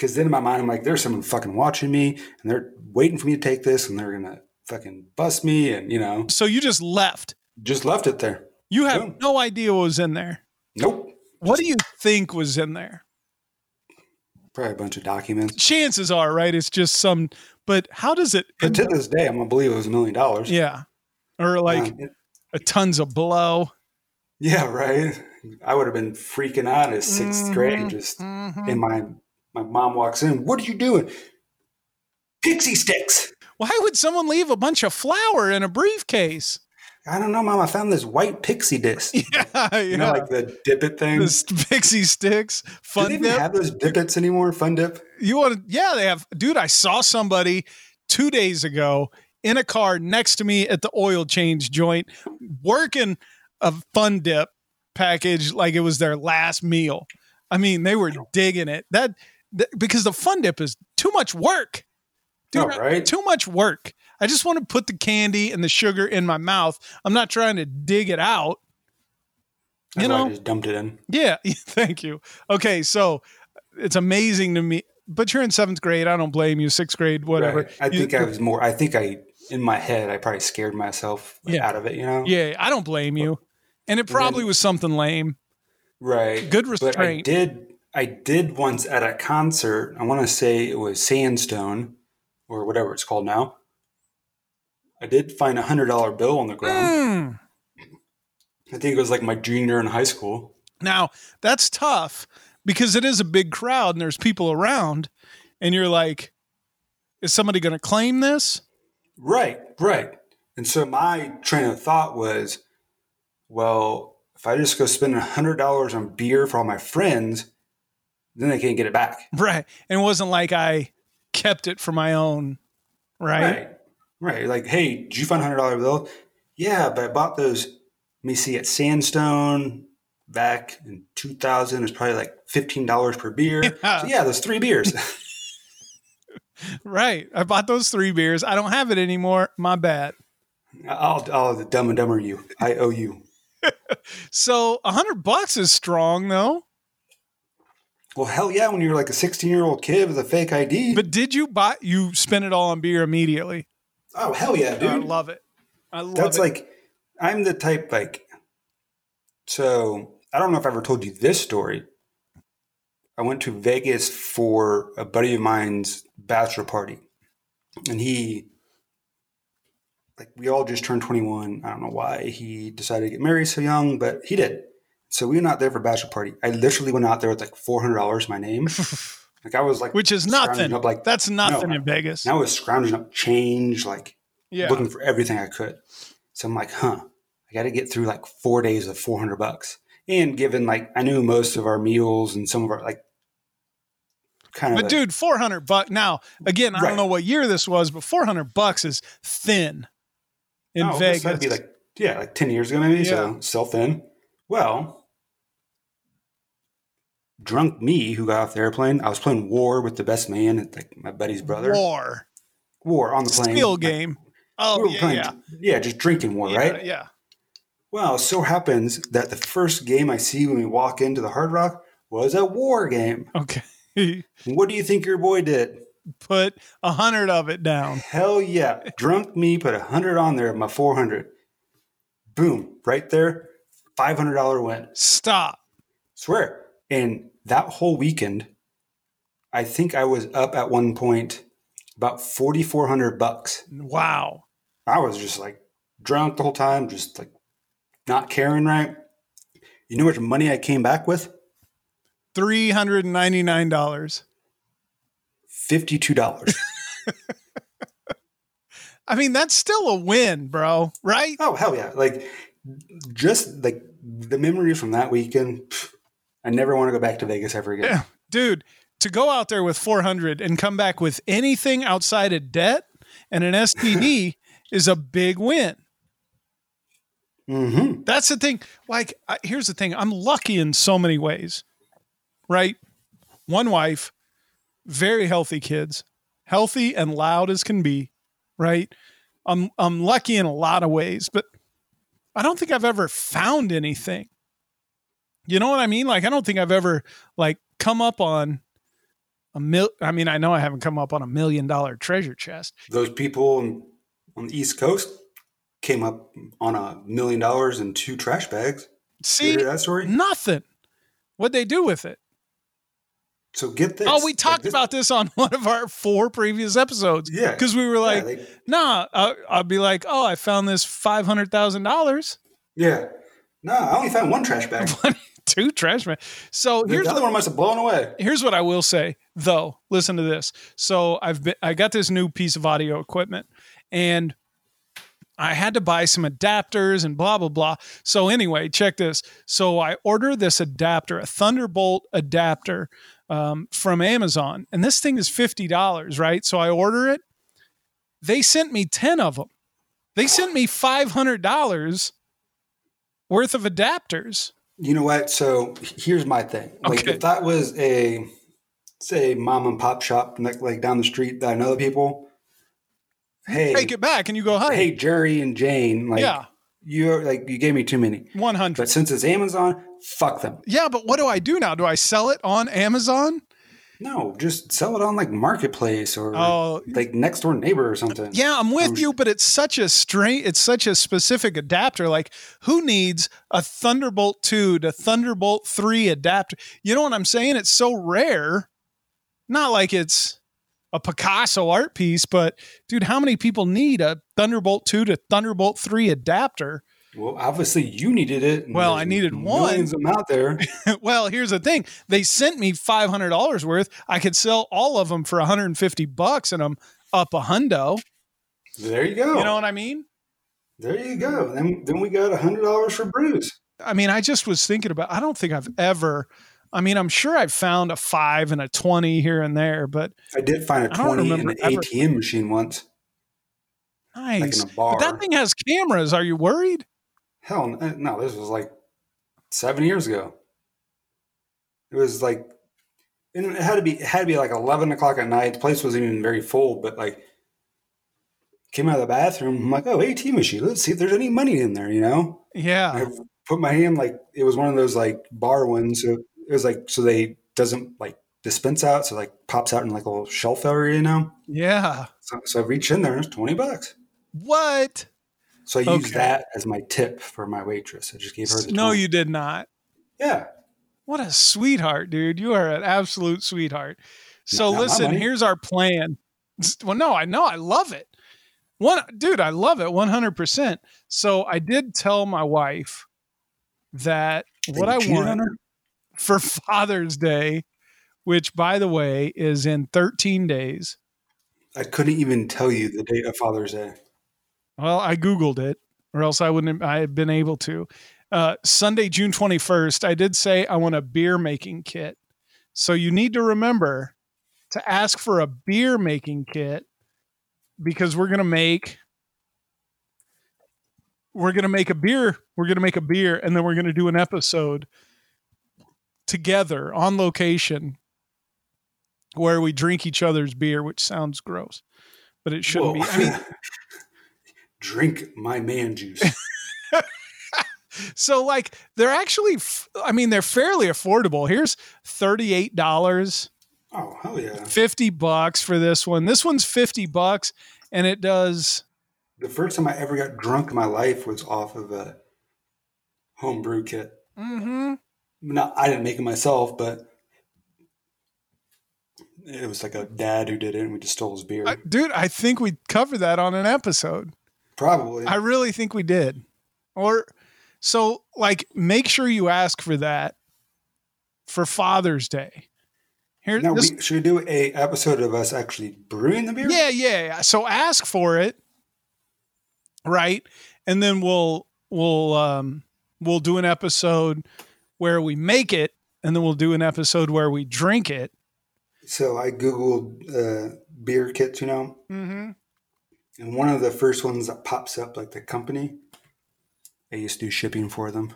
[SPEAKER 2] Cause then in my mind, I'm like, there's someone fucking watching me and they're waiting for me to take this and they're gonna fucking bust me and you know,
[SPEAKER 1] So you just left.
[SPEAKER 2] just left it there.
[SPEAKER 1] You have
[SPEAKER 2] Yeah.
[SPEAKER 1] no idea what was in there.
[SPEAKER 2] Nope.
[SPEAKER 1] What do you think was in there?
[SPEAKER 2] Probably a bunch of documents.
[SPEAKER 1] Chances are, right? It's just some, but how does it?
[SPEAKER 2] But to this day, I'm gonna believe it was a million dollars.
[SPEAKER 1] yeah. Or like
[SPEAKER 2] Um, it-
[SPEAKER 1] a tons of blow.
[SPEAKER 2] yeah, right. I would have been freaking out at 6th grade, just
[SPEAKER 1] Mhm.
[SPEAKER 2] and my my mom walks in, what are you doing? Pixie sticks.
[SPEAKER 1] Why would someone leave a bunch of flour in a briefcase?
[SPEAKER 2] I don't know, Mom. I found this white pixie disc.
[SPEAKER 1] Yeah, yeah.
[SPEAKER 2] You know, like the dip it thing.
[SPEAKER 1] This pixie sticks,
[SPEAKER 2] Do
[SPEAKER 1] fun
[SPEAKER 2] they even
[SPEAKER 1] dip.
[SPEAKER 2] have those dippets anymore? Fun dip.
[SPEAKER 1] you want to? Yeah, they have. Dude, I saw somebody two days ago in a car next to me at the oil change joint, working a fun dip package like it was their last meal. I mean, they were digging it. That, that because the fun dip is too much work. Dude,
[SPEAKER 2] Oh, right.
[SPEAKER 1] too much work. I just want to put the candy and the sugar in my mouth. I'm not trying to dig it out.
[SPEAKER 2] That's
[SPEAKER 1] you
[SPEAKER 2] why
[SPEAKER 1] know-
[SPEAKER 2] I just dumped it in.
[SPEAKER 1] Yeah, thank you. Okay, so it's amazing to me, but you're in seventh grade. I don't blame you. Sixth grade, whatever.
[SPEAKER 2] Right. I
[SPEAKER 1] You-
[SPEAKER 2] think I was more. I think I in my head I probably scared myself
[SPEAKER 1] Yeah.
[SPEAKER 2] out of it. You know.
[SPEAKER 1] Yeah, I don't blame you. And it
[SPEAKER 2] then-
[SPEAKER 1] probably was something lame.
[SPEAKER 2] Right.
[SPEAKER 1] Good
[SPEAKER 2] But I
[SPEAKER 1] restraint.
[SPEAKER 2] did. I did once at a concert. I want to say it was Sandstone, or whatever it's called now. I did find a hundred dollar bill on the ground.
[SPEAKER 1] Mm.
[SPEAKER 2] I think it was like my junior in high school.
[SPEAKER 1] Now that's tough because it is a big crowd and there's people around, and you're like, is somebody going to claim this?
[SPEAKER 2] Right, right. And so my train of thought was, well, if I just go spend hundred dollars on beer for all my friends, then they can't get it back.
[SPEAKER 1] Right. And it wasn't like I kept it for my own. Right.
[SPEAKER 2] Right. Right. Like, hey, did you find a hundred dollar bill? Yeah, but I bought those let me see at Sandstone back in two thousand. It's probably like fifteen dollars per beer.
[SPEAKER 1] Yeah.
[SPEAKER 2] So yeah, those three beers.
[SPEAKER 1] Right. I bought those three beers. I don't have it anymore. My bad.
[SPEAKER 2] I'll I'll dumb and dumber you. I owe you.
[SPEAKER 1] So a hundred bucks is strong though.
[SPEAKER 2] Well, hell yeah, when you were like a sixteen year old kid with a fake ID.
[SPEAKER 1] But did you buy? You spent it all on beer immediately.
[SPEAKER 2] oh hell yeah, dude.
[SPEAKER 1] I love it. I love
[SPEAKER 2] That's
[SPEAKER 1] it.
[SPEAKER 2] like I'm the type like so I don't know if I ever told you this story. I went to Vegas for a buddy of mine's bachelor party. And he like we all just turned 21. I don't know why he decided to get married so young, but he did. So we went out there for a bachelor party. I literally went out there with like $400 in my name. like I was like
[SPEAKER 1] which is
[SPEAKER 2] scrounging
[SPEAKER 1] nothing.
[SPEAKER 2] up like
[SPEAKER 1] That's nothing
[SPEAKER 2] No.
[SPEAKER 1] in Vegas.
[SPEAKER 2] and I was scrounging up change like
[SPEAKER 1] yeah.
[SPEAKER 2] looking for everything I could. So I'm like, huh, I got to get through like four days of 400 bucks. And given like, I knew most of our meals and some of our like kind of,
[SPEAKER 1] But
[SPEAKER 2] a-
[SPEAKER 1] dude, four hundred bucks. Now again, I
[SPEAKER 2] Right.
[SPEAKER 1] don't know what year this was, but four hundred bucks is thin in
[SPEAKER 2] Oh,
[SPEAKER 1] Vegas.
[SPEAKER 2] this had to be like, yeah, like 10 years ago maybe.
[SPEAKER 1] Yeah.
[SPEAKER 2] So still thin. Well, drunk me who got off the airplane, I was playing war with the best man, and like my buddy's brother. War,
[SPEAKER 1] war
[SPEAKER 2] on the plane.
[SPEAKER 1] steel
[SPEAKER 2] Like,
[SPEAKER 1] game.
[SPEAKER 2] we
[SPEAKER 1] Oh
[SPEAKER 2] were
[SPEAKER 1] yeah,
[SPEAKER 2] playing-
[SPEAKER 1] yeah,
[SPEAKER 2] yeah, just drinking war,
[SPEAKER 1] yeah,
[SPEAKER 2] right?
[SPEAKER 1] yeah.
[SPEAKER 2] Well, it so happens that the first game I see when we walk into the Hard Rock was a war game.
[SPEAKER 1] Okay.
[SPEAKER 2] What do you think your boy did?
[SPEAKER 1] Put a hundred of it down.
[SPEAKER 2] Hell yeah. Drunk me put a hundred on there, my four hundred. Boom. Right there. Five hundred dollar win.
[SPEAKER 1] Stop.
[SPEAKER 2] Swear. And that whole weekend, I think I was up at one point about forty four hundred bucks.
[SPEAKER 1] Wow.
[SPEAKER 2] I was just like drunk the whole time, just like not caring right. You know how much money I came back with?
[SPEAKER 1] Three hundred and ninety nine dollars.
[SPEAKER 2] Fifty-two dollars.
[SPEAKER 1] I mean, that's still a win, bro. Right?
[SPEAKER 2] oh hell yeah! Like just like the memory from that weekend. pff, I never want to go back to Vegas ever again.
[SPEAKER 1] Yeah. Dude, to go out there with 400 and come back with anything outside of debt and an STD is a big win.
[SPEAKER 2] Mm-hmm.
[SPEAKER 1] That's the thing. Like, I, here's the thing I'm lucky in so many ways, right? One wife, very healthy kids, healthy and loud as can be, right? I'm, I'm lucky in a lot of ways, but I don't think I've ever found anything. You know what I mean? Like, I don't think I've ever like come up on a mil. I mean, I know I haven't come up on a million dollar treasure chest.
[SPEAKER 2] Those people on- on the East Coast came up on a million dollars in two trash bags. Did
[SPEAKER 1] See,
[SPEAKER 2] you hear that story?
[SPEAKER 1] nothing. What'd they do with it?
[SPEAKER 2] So get this.
[SPEAKER 1] Oh, we
[SPEAKER 2] Like,
[SPEAKER 1] talked
[SPEAKER 2] this-
[SPEAKER 1] about this on one of our four previous episodes
[SPEAKER 2] yeah.
[SPEAKER 1] because we were
[SPEAKER 2] yeah,
[SPEAKER 1] like,
[SPEAKER 2] they-
[SPEAKER 1] nah, I, I'd be like, oh, I found this $500,000,
[SPEAKER 2] yeah. No, I only found one trash bag.
[SPEAKER 1] two trash men. So
[SPEAKER 2] The
[SPEAKER 1] here's,
[SPEAKER 2] other one must have blown away.
[SPEAKER 1] here's what I will say though. Listen to this. So I've been, I got this new piece of audio equipment and I had to buy some adapters and blah, blah, blah. So anyway, check this. So I order this adapter, a Thunderbolt adapter um, from Amazon. And this thing is $50, right? So I order it. They sent me 10 of them. They sent me $500 worth of adapters.
[SPEAKER 2] You know what? So h- here's my thing. Like
[SPEAKER 1] Okay.
[SPEAKER 2] if that was a say mom and pop shop like, like down the street that I know the people. Hey,
[SPEAKER 1] Take it back and you go, honey.
[SPEAKER 2] hey, Jerry and Jane, like
[SPEAKER 1] Oh, yeah,
[SPEAKER 2] you're like you gave me too many.
[SPEAKER 1] 100.
[SPEAKER 2] But since it's Amazon, fuck them.
[SPEAKER 1] Yeah, but what do I do now? Do I sell it on Amazon?
[SPEAKER 2] No, just sell it on like marketplace or
[SPEAKER 1] Oh,
[SPEAKER 2] like next door neighbor or something.
[SPEAKER 1] yeah, I'm
[SPEAKER 2] Oh,
[SPEAKER 1] with you, but it's such a straight, it's such a specific adapter. Like, who needs a Thunderbolt 2 to Thunderbolt 3 adapter? You know what I'm saying? It's so rare. Not like it's a Picasso art piece, but dude, how many people need a Thunderbolt 2 to Thunderbolt 3 adapter?
[SPEAKER 2] Well, obviously you needed it. and
[SPEAKER 1] Well, I
[SPEAKER 2] there's
[SPEAKER 1] needed one.
[SPEAKER 2] Millions of them out there.
[SPEAKER 1] well, here's the thing. They sent me $500 worth. I could sell all of them for 150 bucks and I'm up a hundo.
[SPEAKER 2] there you go.
[SPEAKER 1] You know what I mean?
[SPEAKER 2] there you go. Then then we got a hundred dollars for Bruce.
[SPEAKER 1] I mean, I just was thinking about, I don't think I've ever, I mean, I'm sure I've found a five and a 20 here and there, but
[SPEAKER 2] I did find a
[SPEAKER 1] I don't
[SPEAKER 2] twenty in
[SPEAKER 1] remember
[SPEAKER 2] an
[SPEAKER 1] ever-
[SPEAKER 2] ATM machine once, like
[SPEAKER 1] nice.
[SPEAKER 2] in a bar.
[SPEAKER 1] But that thing has cameras. Are you worried?
[SPEAKER 2] Hell, n- eh, no! This was like seven years ago. It was like, and it had to be it had to be like eleven o'clock at night. The place wasn't even very full, but like, came out of the bathroom. I'm like, oh, ATM machine. Let's see if there's any money in there. You know,
[SPEAKER 1] Yeah.
[SPEAKER 2] I put my hand like it was one of those like bar ones. So it was like so they doesn't like dispense out, so like pops out in like a little shelf area. You know,
[SPEAKER 1] Yeah.
[SPEAKER 2] so, so I reach in there. It's twenty bucks.
[SPEAKER 1] What?
[SPEAKER 2] So I used
[SPEAKER 1] Okay.
[SPEAKER 2] that as my tip for my waitress. I just gave her. The
[SPEAKER 1] No,
[SPEAKER 2] 20.
[SPEAKER 1] you did not.
[SPEAKER 2] Yeah.
[SPEAKER 1] What a sweetheart, dude. You are an absolute sweetheart. So
[SPEAKER 2] Not my
[SPEAKER 1] listen,
[SPEAKER 2] money.
[SPEAKER 1] here's our plan. Well, no, I know I love it. One dude, I love it 100%. So I did tell my wife that what
[SPEAKER 2] You
[SPEAKER 1] I
[SPEAKER 2] cheated on
[SPEAKER 1] want
[SPEAKER 2] her?
[SPEAKER 1] for Father's Day, which by the way is in 13 days.
[SPEAKER 2] I couldn't even tell you the date of Father's Day.
[SPEAKER 1] Well, I googled it, or else I wouldn't. Have, I had been able to. Uh, Sunday, June twenty first. I did say I want a beer making kit, so you need to remember to ask for a beer making kit because we're gonna make we're gonna make a beer. We're gonna make a beer, and then we're gonna do an episode together on location where we drink each other's beer, which sounds gross, but it shouldn't
[SPEAKER 2] Whoa.
[SPEAKER 1] be. I mean,
[SPEAKER 2] drink my man juice.
[SPEAKER 1] So like they're actually, f- I mean, they're fairly affordable. Here's thirty eight dollars,
[SPEAKER 2] Oh, hell yeah.
[SPEAKER 1] fifty bucks for this one. This one's fifty bucks, and it does.
[SPEAKER 2] The first time I ever got drunk in my life was off of a homebrew kit.
[SPEAKER 1] Mm-hmm.
[SPEAKER 2] No, I didn't make it myself, but it was like a dad who did it, and we just stole his beer.
[SPEAKER 1] I, dude, I think we covered that on an episode.
[SPEAKER 2] Probably.
[SPEAKER 1] I really think we did. Or so like make sure you ask for that for Father's Day. Here
[SPEAKER 2] now,
[SPEAKER 1] this-
[SPEAKER 2] we, should we do a episode of us actually brewing the beer?
[SPEAKER 1] yeah, yeah, yeah. So ask for it. Right? And then we'll we'll um we'll do an episode where we make it and then we'll do an episode where we drink it.
[SPEAKER 2] So I googled uh, beer kits, you know,
[SPEAKER 1] Mhm.
[SPEAKER 2] and one of the first ones that pops up, like the company, I used to do shipping for them.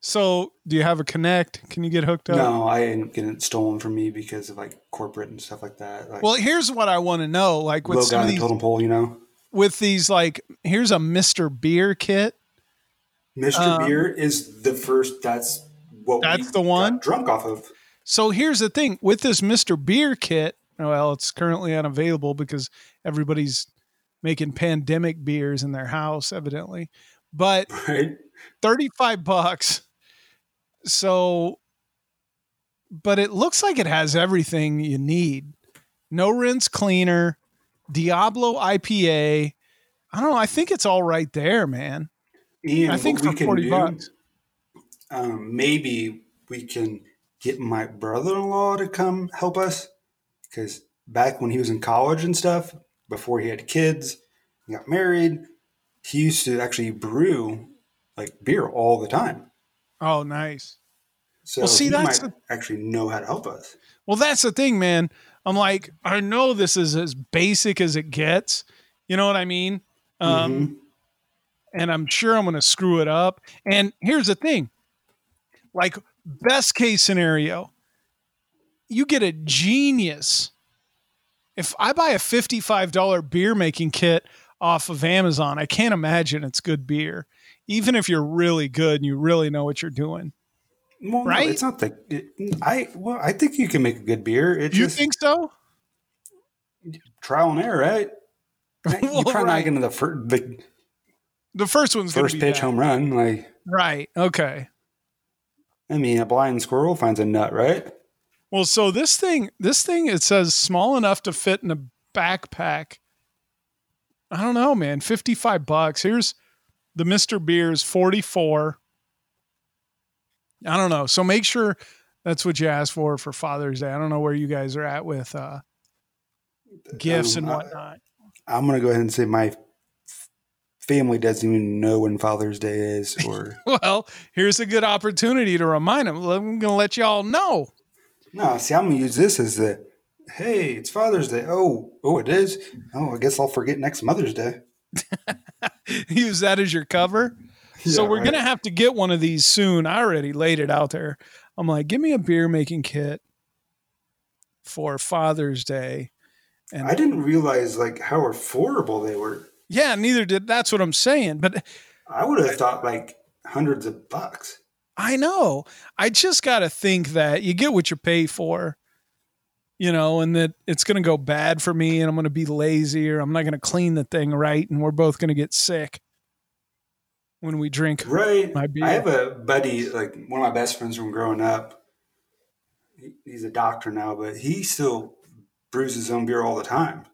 [SPEAKER 1] So, do you have a connect? Can you get hooked up?
[SPEAKER 2] No, I didn't get it stolen from me because of like corporate and stuff like that. Like,
[SPEAKER 1] Well, here's what I want to know. Like with
[SPEAKER 2] low
[SPEAKER 1] some
[SPEAKER 2] guy
[SPEAKER 1] of
[SPEAKER 2] on the
[SPEAKER 1] these
[SPEAKER 2] totem pole, you know.
[SPEAKER 1] with these like here's a Mr. Beer kit.
[SPEAKER 2] Mr.
[SPEAKER 1] Um,
[SPEAKER 2] beer is the first. That's what.
[SPEAKER 1] That's
[SPEAKER 2] we
[SPEAKER 1] the one?
[SPEAKER 2] Got drunk off of.
[SPEAKER 1] So here's the thing with this Mr. Beer kit. Well, it's currently unavailable because everybody's making pandemic beers in their house, evidently. But
[SPEAKER 2] Right.
[SPEAKER 1] 35 bucks. So, but it looks like it has everything you need no rinse cleaner, Diablo IPA. I don't know. I think it's all right there, man.
[SPEAKER 2] Ian,
[SPEAKER 1] I think
[SPEAKER 2] what
[SPEAKER 1] for
[SPEAKER 2] we can
[SPEAKER 1] 40
[SPEAKER 2] do,
[SPEAKER 1] bucks.
[SPEAKER 2] Um, maybe we can get my brother-in-law to come help us because back when he was in college and stuff, before he had kids, he got married, he used to actually brew like beer all the time.
[SPEAKER 1] Oh, nice.
[SPEAKER 2] So
[SPEAKER 1] Well, see,
[SPEAKER 2] he
[SPEAKER 1] that's
[SPEAKER 2] might actually know how to help us.
[SPEAKER 1] Well, that's the thing, man. I'm like, I know this is as basic as it gets. You know what I mean? Um,
[SPEAKER 2] Mhm.
[SPEAKER 1] And I'm sure I'm going to screw it up. And here's the thing like, best case scenario, you get a genius. If I buy a $55 beer making kit off of Amazon, I can't imagine it's good beer, even if you're really good and you really know what you're doing.
[SPEAKER 2] Well, no,
[SPEAKER 1] Right?
[SPEAKER 2] it's not the. It, I well, I think you can make a good beer. It's
[SPEAKER 1] You
[SPEAKER 2] just
[SPEAKER 1] think so?
[SPEAKER 2] trial and error, right? You're
[SPEAKER 1] Well,
[SPEAKER 2] probably
[SPEAKER 1] right.
[SPEAKER 2] not going to the first, the
[SPEAKER 1] The first one's going to
[SPEAKER 2] first
[SPEAKER 1] be
[SPEAKER 2] pitch
[SPEAKER 1] bad.
[SPEAKER 2] home run. Like,
[SPEAKER 1] Right. Okay.
[SPEAKER 2] I mean, a blind squirrel finds a nut, right?
[SPEAKER 1] Well, so this thing, this thing, it says small enough to fit in a backpack. I don't know, man. Fifty-five bucks. Here's the Mister Beers forty-four. I don't know. So make sure that's what you asked for for Father's Day. I don't know where you guys are at with uh, gifts
[SPEAKER 2] Um,
[SPEAKER 1] and
[SPEAKER 2] I-
[SPEAKER 1] whatnot.
[SPEAKER 2] I'm going to go ahead and say my f- family doesn't even know when Father's Day is, or
[SPEAKER 1] Well, here's a good opportunity to remind them. I'm gonna let y'all know.
[SPEAKER 2] no. See, I'm going to use this as the hey, it's Father's Day. Oh, oh, it is. Oh, I guess I'll forget next Mother's Day.
[SPEAKER 1] Use that as your cover. so
[SPEAKER 2] Yeah,
[SPEAKER 1] we're
[SPEAKER 2] right.
[SPEAKER 1] gonna have to get one of these soon. I already laid it out there. I'm like, give me a beer making kit for Father's Day. And
[SPEAKER 2] I didn't realize like how affordable they were.
[SPEAKER 1] yeah, neither did that's what I'm saying. But
[SPEAKER 2] I would have thought like hundreds of bucks.
[SPEAKER 1] I know. I just gotta think that you get what you pay for, you know, and that it's gonna go bad for me and I'm gonna be lazy or I'm not gonna clean the thing right and we're both gonna get sick when we drink.
[SPEAKER 2] Right.
[SPEAKER 1] My beer.
[SPEAKER 2] I have a buddy, like one of my best friends from growing up. He- He's a doctor now, but he still brews his own beer all the time.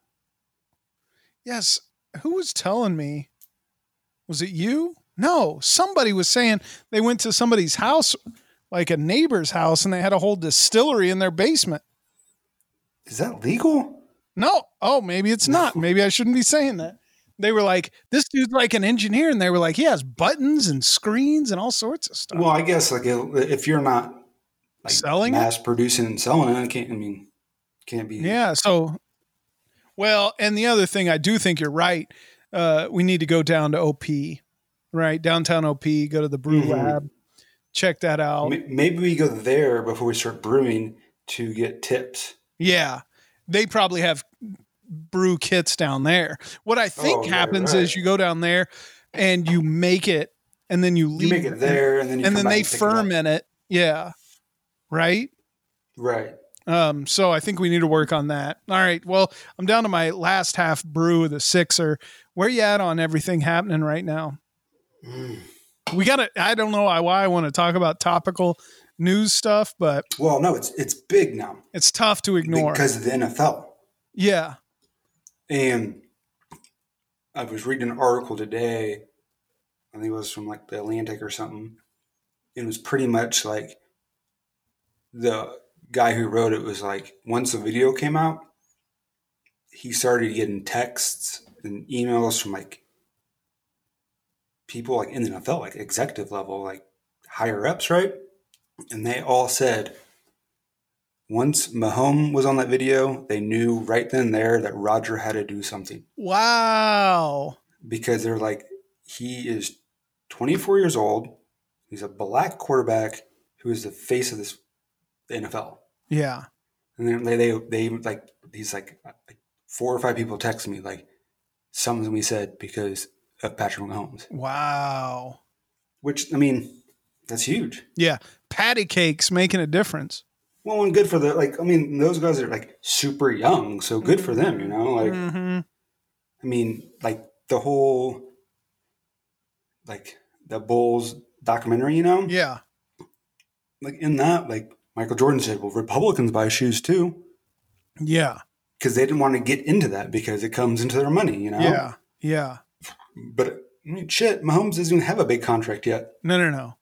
[SPEAKER 1] Yes. Who was telling me? Was it you? No, somebody was saying they went to somebody's house, like a neighbor's house, and they had a whole distillery in their basement.
[SPEAKER 2] Is that legal?
[SPEAKER 1] No. Oh, maybe it's not. Maybe I shouldn't be saying that. They were like, this dude's like an engineer. And they were like, he has buttons and screens and all sorts of stuff.
[SPEAKER 2] Well, I guess like if you're not like
[SPEAKER 1] Selling it?
[SPEAKER 2] mass producing and selling it, I can't. I mean, can't be.
[SPEAKER 1] Yeah. So, well, and the other thing, I do think you're right. Uh, we need to go down to OP, right? Downtown OP, go to the brew
[SPEAKER 2] Mhm.
[SPEAKER 1] lab, check that out.
[SPEAKER 2] May- Maybe we go there before we start brewing to get tips.
[SPEAKER 1] Yeah. They probably have brew kits down there. What I think
[SPEAKER 2] Oh, yeah,
[SPEAKER 1] happens
[SPEAKER 2] right.
[SPEAKER 1] is you go down there and you make it and then you
[SPEAKER 2] You
[SPEAKER 1] leave
[SPEAKER 2] make it there, and then you
[SPEAKER 1] and
[SPEAKER 2] come
[SPEAKER 1] then
[SPEAKER 2] back
[SPEAKER 1] they
[SPEAKER 2] pick it up.
[SPEAKER 1] ferment it. Yeah. Right?
[SPEAKER 2] Right.
[SPEAKER 1] Um, so I think we need to work on that. All right. Well, I'm down to my last half brew of the sixer. Where you at on everything happening right now?
[SPEAKER 2] Mm.
[SPEAKER 1] We gotta I don't know why I want to talk about topical news stuff, but
[SPEAKER 2] Well, no, it's it's big now
[SPEAKER 1] it's tough to ignore.
[SPEAKER 2] because of the NFL.
[SPEAKER 1] yeah.
[SPEAKER 2] And I was reading an article today, I think it was from like the Atlantic or something. It was pretty much like the guy who wrote it was like, once the video came out, he started getting texts and emails from like people like in the NFL, like executive level, like higher ups, right? And they all said, once Mahomes was on that video, they knew right then and there that Roger had to do something
[SPEAKER 1] Wow.
[SPEAKER 2] because they're like, he is 24 years old. He's a black quarterback who is the face of this NFL.
[SPEAKER 1] Yeah.
[SPEAKER 2] And then they, they, they like, he's like, like four or five people text me, like, something we said because of Patrick Mahomes,
[SPEAKER 1] Wow.
[SPEAKER 2] which, I mean, that's huge.
[SPEAKER 1] Patty cakes making a difference.
[SPEAKER 2] Well, and good for the, like, I mean, those guys are like super young. So good for them, you know? Like,
[SPEAKER 1] Mhm.
[SPEAKER 2] I mean, like the whole, like the Bulls documentary, you know?
[SPEAKER 1] Yeah.
[SPEAKER 2] Like in that, like Michael Jordan said, well, Republicans buy shoes too
[SPEAKER 1] Yeah.
[SPEAKER 2] because they didn't want to get into that because it comes into their money, you know?
[SPEAKER 1] Yeah. Yeah.
[SPEAKER 2] But I mean, shit, Mahomes doesn't even have a big contract yet,
[SPEAKER 1] No, no, no.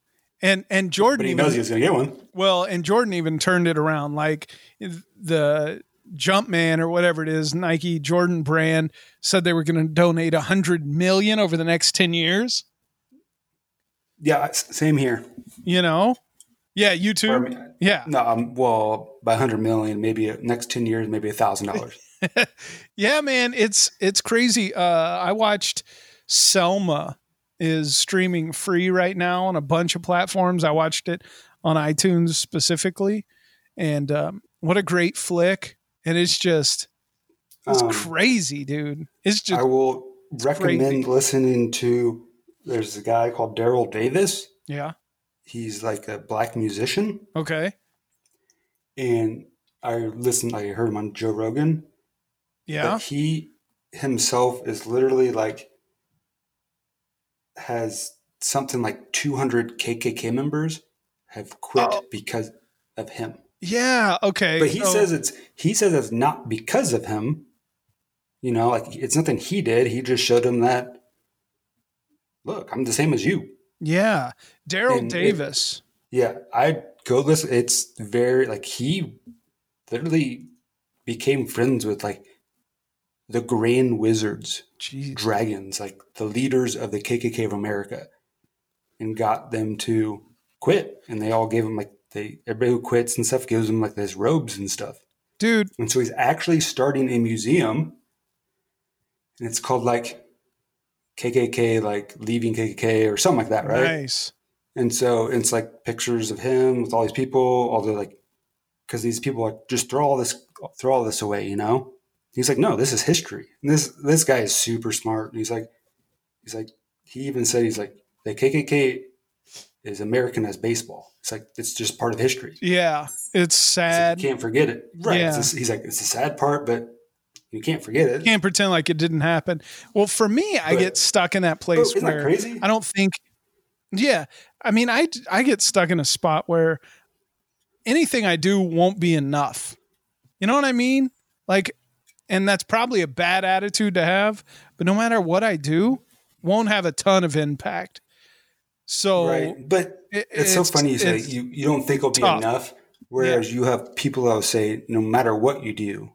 [SPEAKER 1] And and Jordan
[SPEAKER 2] but he
[SPEAKER 1] even
[SPEAKER 2] knows he's going to get one.
[SPEAKER 1] Well, and Jordan even turned it around. Like the Jumpman or whatever it is, Nike Jordan brand said they were going to donate a hundred million over the next ten years.
[SPEAKER 2] Yeah, s- same here.
[SPEAKER 1] You know, yeah, you too.
[SPEAKER 2] Or, I mean,
[SPEAKER 1] yeah,
[SPEAKER 2] no, um, well, by 100 million, maybe uh, next 10 years, maybe a thousand dollars.
[SPEAKER 1] yeah, man, it's it's crazy. Uh, I watched Selma is streaming free right now on a bunch of platforms. I watched it on iTunes specifically, and um, what a great flick! And it's just it's
[SPEAKER 2] Um,
[SPEAKER 1] crazy, dude. It's just
[SPEAKER 2] I will recommend
[SPEAKER 1] crazy.
[SPEAKER 2] listening to, there's a guy called Daryl Davis.
[SPEAKER 1] Yeah.
[SPEAKER 2] he's like a black musician
[SPEAKER 1] Okay.
[SPEAKER 2] and i listened i heard him on joe rogan
[SPEAKER 1] Yeah.
[SPEAKER 2] but he himself is literally like has something like 200 kkk members have quit
[SPEAKER 1] Oh.
[SPEAKER 2] because of him
[SPEAKER 1] Yeah. Okay.
[SPEAKER 2] but he
[SPEAKER 1] so-
[SPEAKER 2] says it's he says it's not because of him you know like it's nothing he did he just showed him that look i'm the same as you
[SPEAKER 1] Yeah. Daryl
[SPEAKER 2] And it-
[SPEAKER 1] Davis.
[SPEAKER 2] Yeah, I go listen. It's very like he literally became friends with like the Grand Wizards,
[SPEAKER 1] Jeez.
[SPEAKER 2] dragons, like the leaders of the KKK of America, and got them to quit. And they all gave him like they everybody who quits and stuff gives him like these robes and stuff.
[SPEAKER 1] Dude.
[SPEAKER 2] And so he's actually starting a museum, and it's called like KKK, like leaving KKK or something like that, right?
[SPEAKER 1] Nice.
[SPEAKER 2] And so it's like pictures of him with all these people, all the like, because these people like just throw all this, throw all this away, you know. He's like, no, this is history. And this this guy is super smart. And he's like, he's like, he even said he's like, the KKK is American as baseball. It's like it's just part of history. He's
[SPEAKER 1] Yeah. It's
[SPEAKER 2] like,
[SPEAKER 1] sad.
[SPEAKER 2] you can't forget it. Right.
[SPEAKER 1] Yeah.
[SPEAKER 2] It's a- he's like, it's a sad part, but you can't forget it.
[SPEAKER 1] Can't pretend like it didn't happen. Well, for me, I
[SPEAKER 2] But-
[SPEAKER 1] get stuck in that
[SPEAKER 2] Oh,
[SPEAKER 1] place
[SPEAKER 2] isn't that
[SPEAKER 1] where
[SPEAKER 2] crazy?
[SPEAKER 1] I don't think. Yeah. I mean, I I get stuck in a spot where anything I do won't be enough. You know what I mean? Like, and that's probably a bad attitude to have. But no matter what I do, won't have a ton of impact. So
[SPEAKER 2] right. But
[SPEAKER 1] it-
[SPEAKER 2] It's, so funny you say
[SPEAKER 1] it's-
[SPEAKER 2] you, you don't think it'll be
[SPEAKER 1] tough.
[SPEAKER 2] enough, whereas you have people that will say no matter what you do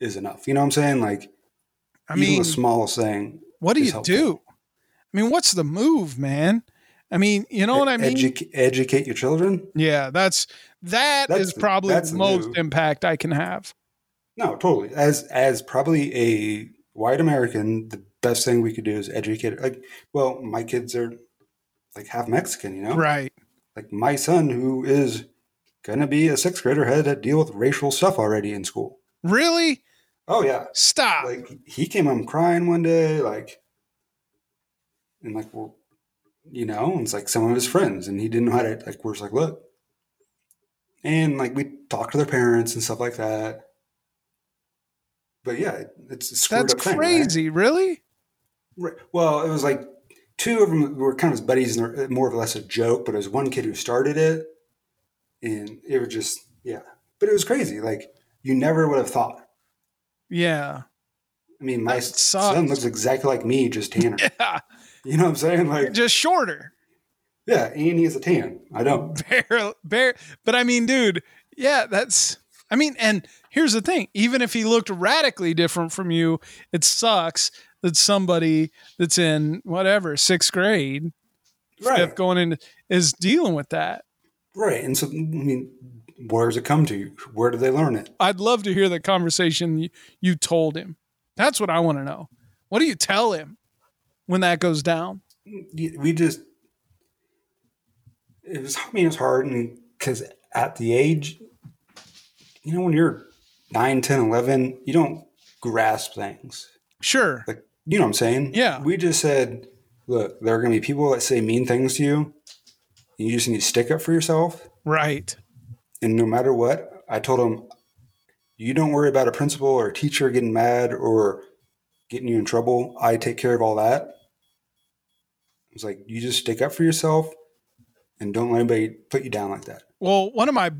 [SPEAKER 2] is enough. You know what I'm saying? Like
[SPEAKER 1] I
[SPEAKER 2] even
[SPEAKER 1] mean,
[SPEAKER 2] the smallest thing.
[SPEAKER 1] what do
[SPEAKER 2] is
[SPEAKER 1] you
[SPEAKER 2] helpful.
[SPEAKER 1] do? I mean, what's the move, man? I mean, you
[SPEAKER 2] E-
[SPEAKER 1] know what I mean?
[SPEAKER 2] Educ- educate your children?
[SPEAKER 1] yeah, that's that's
[SPEAKER 2] That's the-
[SPEAKER 1] probably
[SPEAKER 2] that's
[SPEAKER 1] the
[SPEAKER 2] the
[SPEAKER 1] most
[SPEAKER 2] move.
[SPEAKER 1] impact I can have.
[SPEAKER 2] No, totally. As as probably a white American, the best thing we could do is educate. Like, well, my kids are like half Mexican. You know,
[SPEAKER 1] Right.
[SPEAKER 2] like my son who is gonna be a sixth grader had to deal with racial stuff already in school.
[SPEAKER 1] Really?
[SPEAKER 2] Oh yeah,
[SPEAKER 1] Stop.
[SPEAKER 2] like he came home crying one day, like, and like, well, you know, and it's like some of his friends, and he didn't know how to like. We're just like, look, and like we talked to their parents and stuff like that. But yeah, it's a screwed
[SPEAKER 1] That's
[SPEAKER 2] up thing, right?
[SPEAKER 1] crazy. Really?
[SPEAKER 2] Right. Well, it was like two of them were kind of his buddies, and they're more or less a joke. But it was one kid who started it, and it was just yeah. But it was crazy. Like you never would have thought.
[SPEAKER 1] Yeah.
[SPEAKER 2] I mean, my
[SPEAKER 1] That
[SPEAKER 2] son
[SPEAKER 1] sucks.
[SPEAKER 2] looks exactly like me, just tanner.
[SPEAKER 1] Yeah.
[SPEAKER 2] You know what I'm saying? Like
[SPEAKER 1] Just shorter.
[SPEAKER 2] yeah, and he has a tan. I don't.
[SPEAKER 1] Bare, bare. But I mean, dude, yeah, that's. I mean, and here's the thing: even if he looked radically different from you, it sucks that somebody that's in whatever sixth grade,
[SPEAKER 2] Right.
[SPEAKER 1] fifth going in, is dealing with that.
[SPEAKER 2] Right. And so, I mean, where does it come to? Where do they learn it?
[SPEAKER 1] I'd love to hear the conversation you, you told him. That's what I want to know. What do you tell him when that goes down?
[SPEAKER 2] We just, it was, I mean, it was hard. And because at the age, you know, when you're 9, 10, 11, you don't grasp things.
[SPEAKER 1] Sure.
[SPEAKER 2] Like, you know what I'm saying?
[SPEAKER 1] Yeah.
[SPEAKER 2] We just said, look, there are going to be people that say mean things to you. And you just need to stick up for yourself.
[SPEAKER 1] Right.
[SPEAKER 2] and no matter what, I told him, you don't worry about a principal or a teacher getting mad or getting you in trouble. I take care of all that. I was like, you just stick up for yourself and don't let anybody put you down like that.
[SPEAKER 1] Well, one of my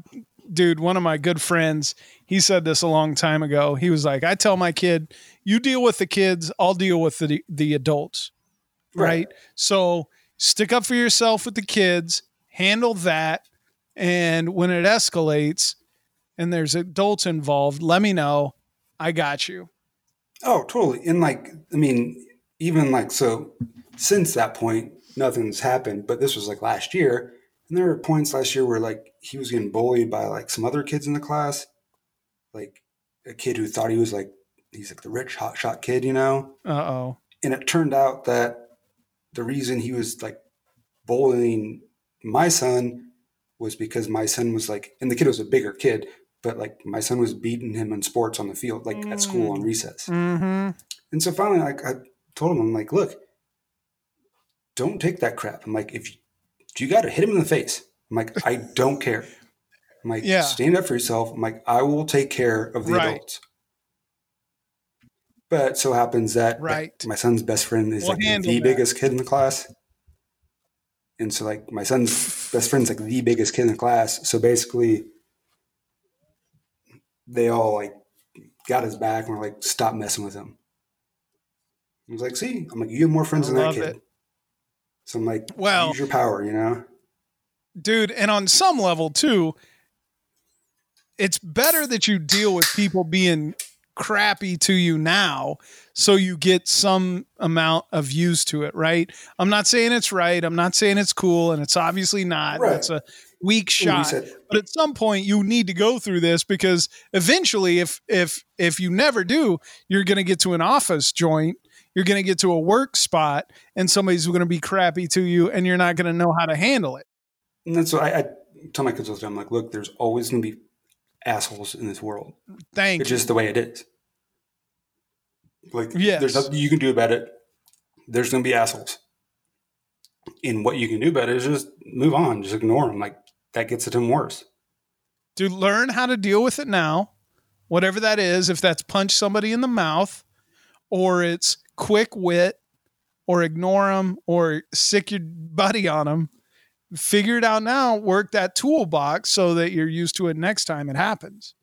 [SPEAKER 1] dude, one of my good friends, he said this a long time ago. He was like, "I tell my kid, you deal with the kids, I'll deal with the the adults." Right? So, stick up for yourself with the kids, handle that, and when it escalates and there's adults involved, let me know. I got you.
[SPEAKER 2] Oh, totally. And like, I mean, even like, so since that point, nothing's happened, but this was like last year. And there were points last year where like he was getting bullied by like some other kids in the class, like a kid who thought he was like, he's like the rich hot shot kid, you know?
[SPEAKER 1] Uh-oh.
[SPEAKER 2] and it turned out that the reason he was like bullying my son was because my son was like and the kid was a bigger kid but like my son was beating him in sports on the field like at school on recess
[SPEAKER 1] Mhm.
[SPEAKER 2] and so finally like i told him i'm like look don't take that crap i'm like if you, you got to hit him in the face i'm like i don't care i'm like
[SPEAKER 1] Yeah.
[SPEAKER 2] stand up for yourself i'm like i will take care of the
[SPEAKER 1] Right.
[SPEAKER 2] adults but it so happens that like,
[SPEAKER 1] Right.
[SPEAKER 2] my son's best friend is
[SPEAKER 1] We'll
[SPEAKER 2] like
[SPEAKER 1] handle
[SPEAKER 2] the
[SPEAKER 1] that.
[SPEAKER 2] biggest kid in the class. And so like my son's best friend's like the biggest kid in the class. So basically they all like got his back and were like, stop messing with him. I was like, see, I'm like, you have more friends
[SPEAKER 1] I
[SPEAKER 2] than that
[SPEAKER 1] love
[SPEAKER 2] kid.
[SPEAKER 1] it.
[SPEAKER 2] So I'm like,
[SPEAKER 1] Well-
[SPEAKER 2] use your power, you know?
[SPEAKER 1] dude and on some level too it's better that you deal with people being crappy to you now so you get some amount of use to it right i'm not saying it's right i'm not saying it's cool and it's obviously not
[SPEAKER 2] Right.
[SPEAKER 1] that's a weak
[SPEAKER 2] And you
[SPEAKER 1] shot
[SPEAKER 2] said,
[SPEAKER 1] but at some point you need to go through this because eventually if if if you never do you're going to get to an office joint you're going to get to a work spot and somebody's going to be crappy to you and you're not going to know how to handle it
[SPEAKER 2] and that's what I, I tell my kids all the time. I'm like, look, there's always going to be assholes in this world.
[SPEAKER 1] thank
[SPEAKER 2] It's
[SPEAKER 1] you
[SPEAKER 2] just the way it is. Like,
[SPEAKER 1] Yes.
[SPEAKER 2] there's nothing you can do about it. There's going to be assholes. And what you can do about it is just move on, just ignore them. Like, that gets it to 'em worse.
[SPEAKER 1] to learn how to deal with it now, whatever that is, if that's punch somebody in the mouth or it's quick wit or ignore them or sick your buddy on them, figure it out now, work that toolbox so that you're used to it next time it happens.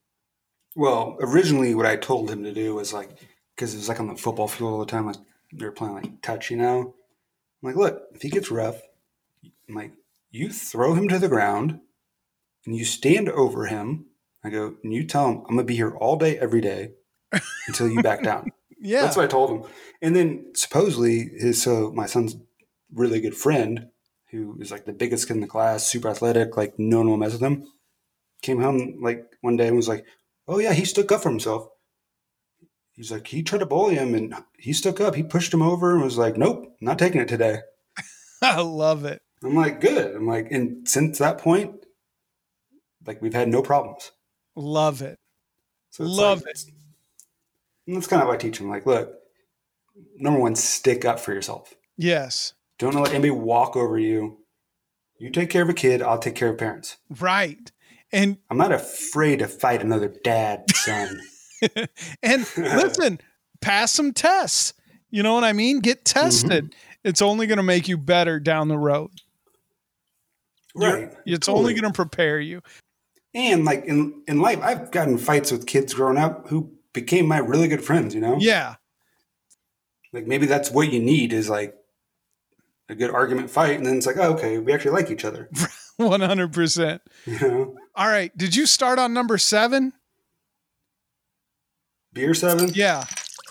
[SPEAKER 2] Well, originally, what I told him to do was like, because it was like on the football field all the time, like they were playing like touch, you know? I'm like, look, if he gets rough, I'm like, you throw him to the ground and you stand over him. I go, and you tell him, I'm going to be here all day, every day until you back down.
[SPEAKER 1] Yeah.
[SPEAKER 2] That's what I told him. And then supposedly his so my son's really good friend, who is like the biggest kid in the class, super athletic, like no one will mess with him, came home like one day and was like, Oh yeah, he stuck up for himself. He's like, he tried to bully him and he stuck up. He pushed him over and was like, Nope, not taking it today.
[SPEAKER 1] I love it.
[SPEAKER 2] I'm like, good. I'm like, and since that point, like we've had no problems.
[SPEAKER 1] Love it.
[SPEAKER 2] So it's
[SPEAKER 1] Love
[SPEAKER 2] like- And that's kind of what I teach him. Like, look, number one, stick up for yourself.
[SPEAKER 1] Yes.
[SPEAKER 2] Don't let anybody walk over you. You take care of a kid, I'll take care of parents.
[SPEAKER 1] Right. And
[SPEAKER 2] I'm not afraid to fight another dad, son.
[SPEAKER 1] and listen, pass some tests. You know what I mean? Get tested.
[SPEAKER 2] Mm-hmm.
[SPEAKER 1] It's only going to make you better down the road.
[SPEAKER 2] right.
[SPEAKER 1] It's
[SPEAKER 2] Totally.
[SPEAKER 1] only going to prepare you.
[SPEAKER 2] And like in, in life, I've gotten fights with kids growing up who became my really good friends, you know?
[SPEAKER 1] Yeah.
[SPEAKER 2] Like maybe that's what you need is like a good argument fight. And then it's like, oh, okay, we actually like each other,
[SPEAKER 1] 100%.
[SPEAKER 2] you know?
[SPEAKER 1] All right. Did you start on number seven?
[SPEAKER 2] Beer seven?
[SPEAKER 1] Yeah.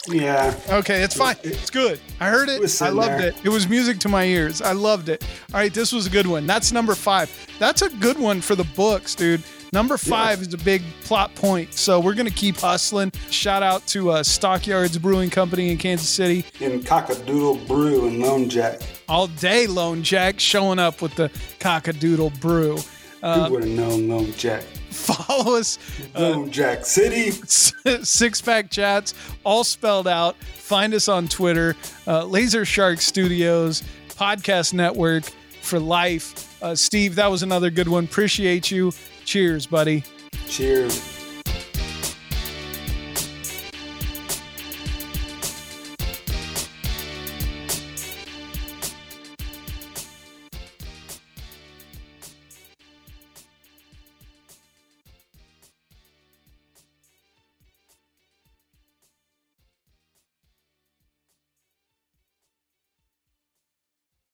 [SPEAKER 2] Yeah.
[SPEAKER 1] Okay. It's fine. It's good. I heard it.
[SPEAKER 2] It was
[SPEAKER 1] I
[SPEAKER 2] sitting
[SPEAKER 1] loved
[SPEAKER 2] there.
[SPEAKER 1] it. It was music to my ears. I loved it. All right. This was a good one. That's number five. That's a good one for the books, dude. Number five is a big plot point. So we're going to keep hustling. Shout out to uh, Stockyards Brewing Company in Kansas City.
[SPEAKER 2] And cockadoodle brew and lone jack.
[SPEAKER 1] all day lone jack showing up with the cockadoodle brew
[SPEAKER 2] Who
[SPEAKER 1] uh,
[SPEAKER 2] would have known lone jack?
[SPEAKER 1] follow us
[SPEAKER 2] Lone Jack City.
[SPEAKER 1] six pack chats all spelled out find us on twitter uh, laser shark studios podcast network for life uh, steve that was another good one appreciate you cheers buddy
[SPEAKER 2] Cheers.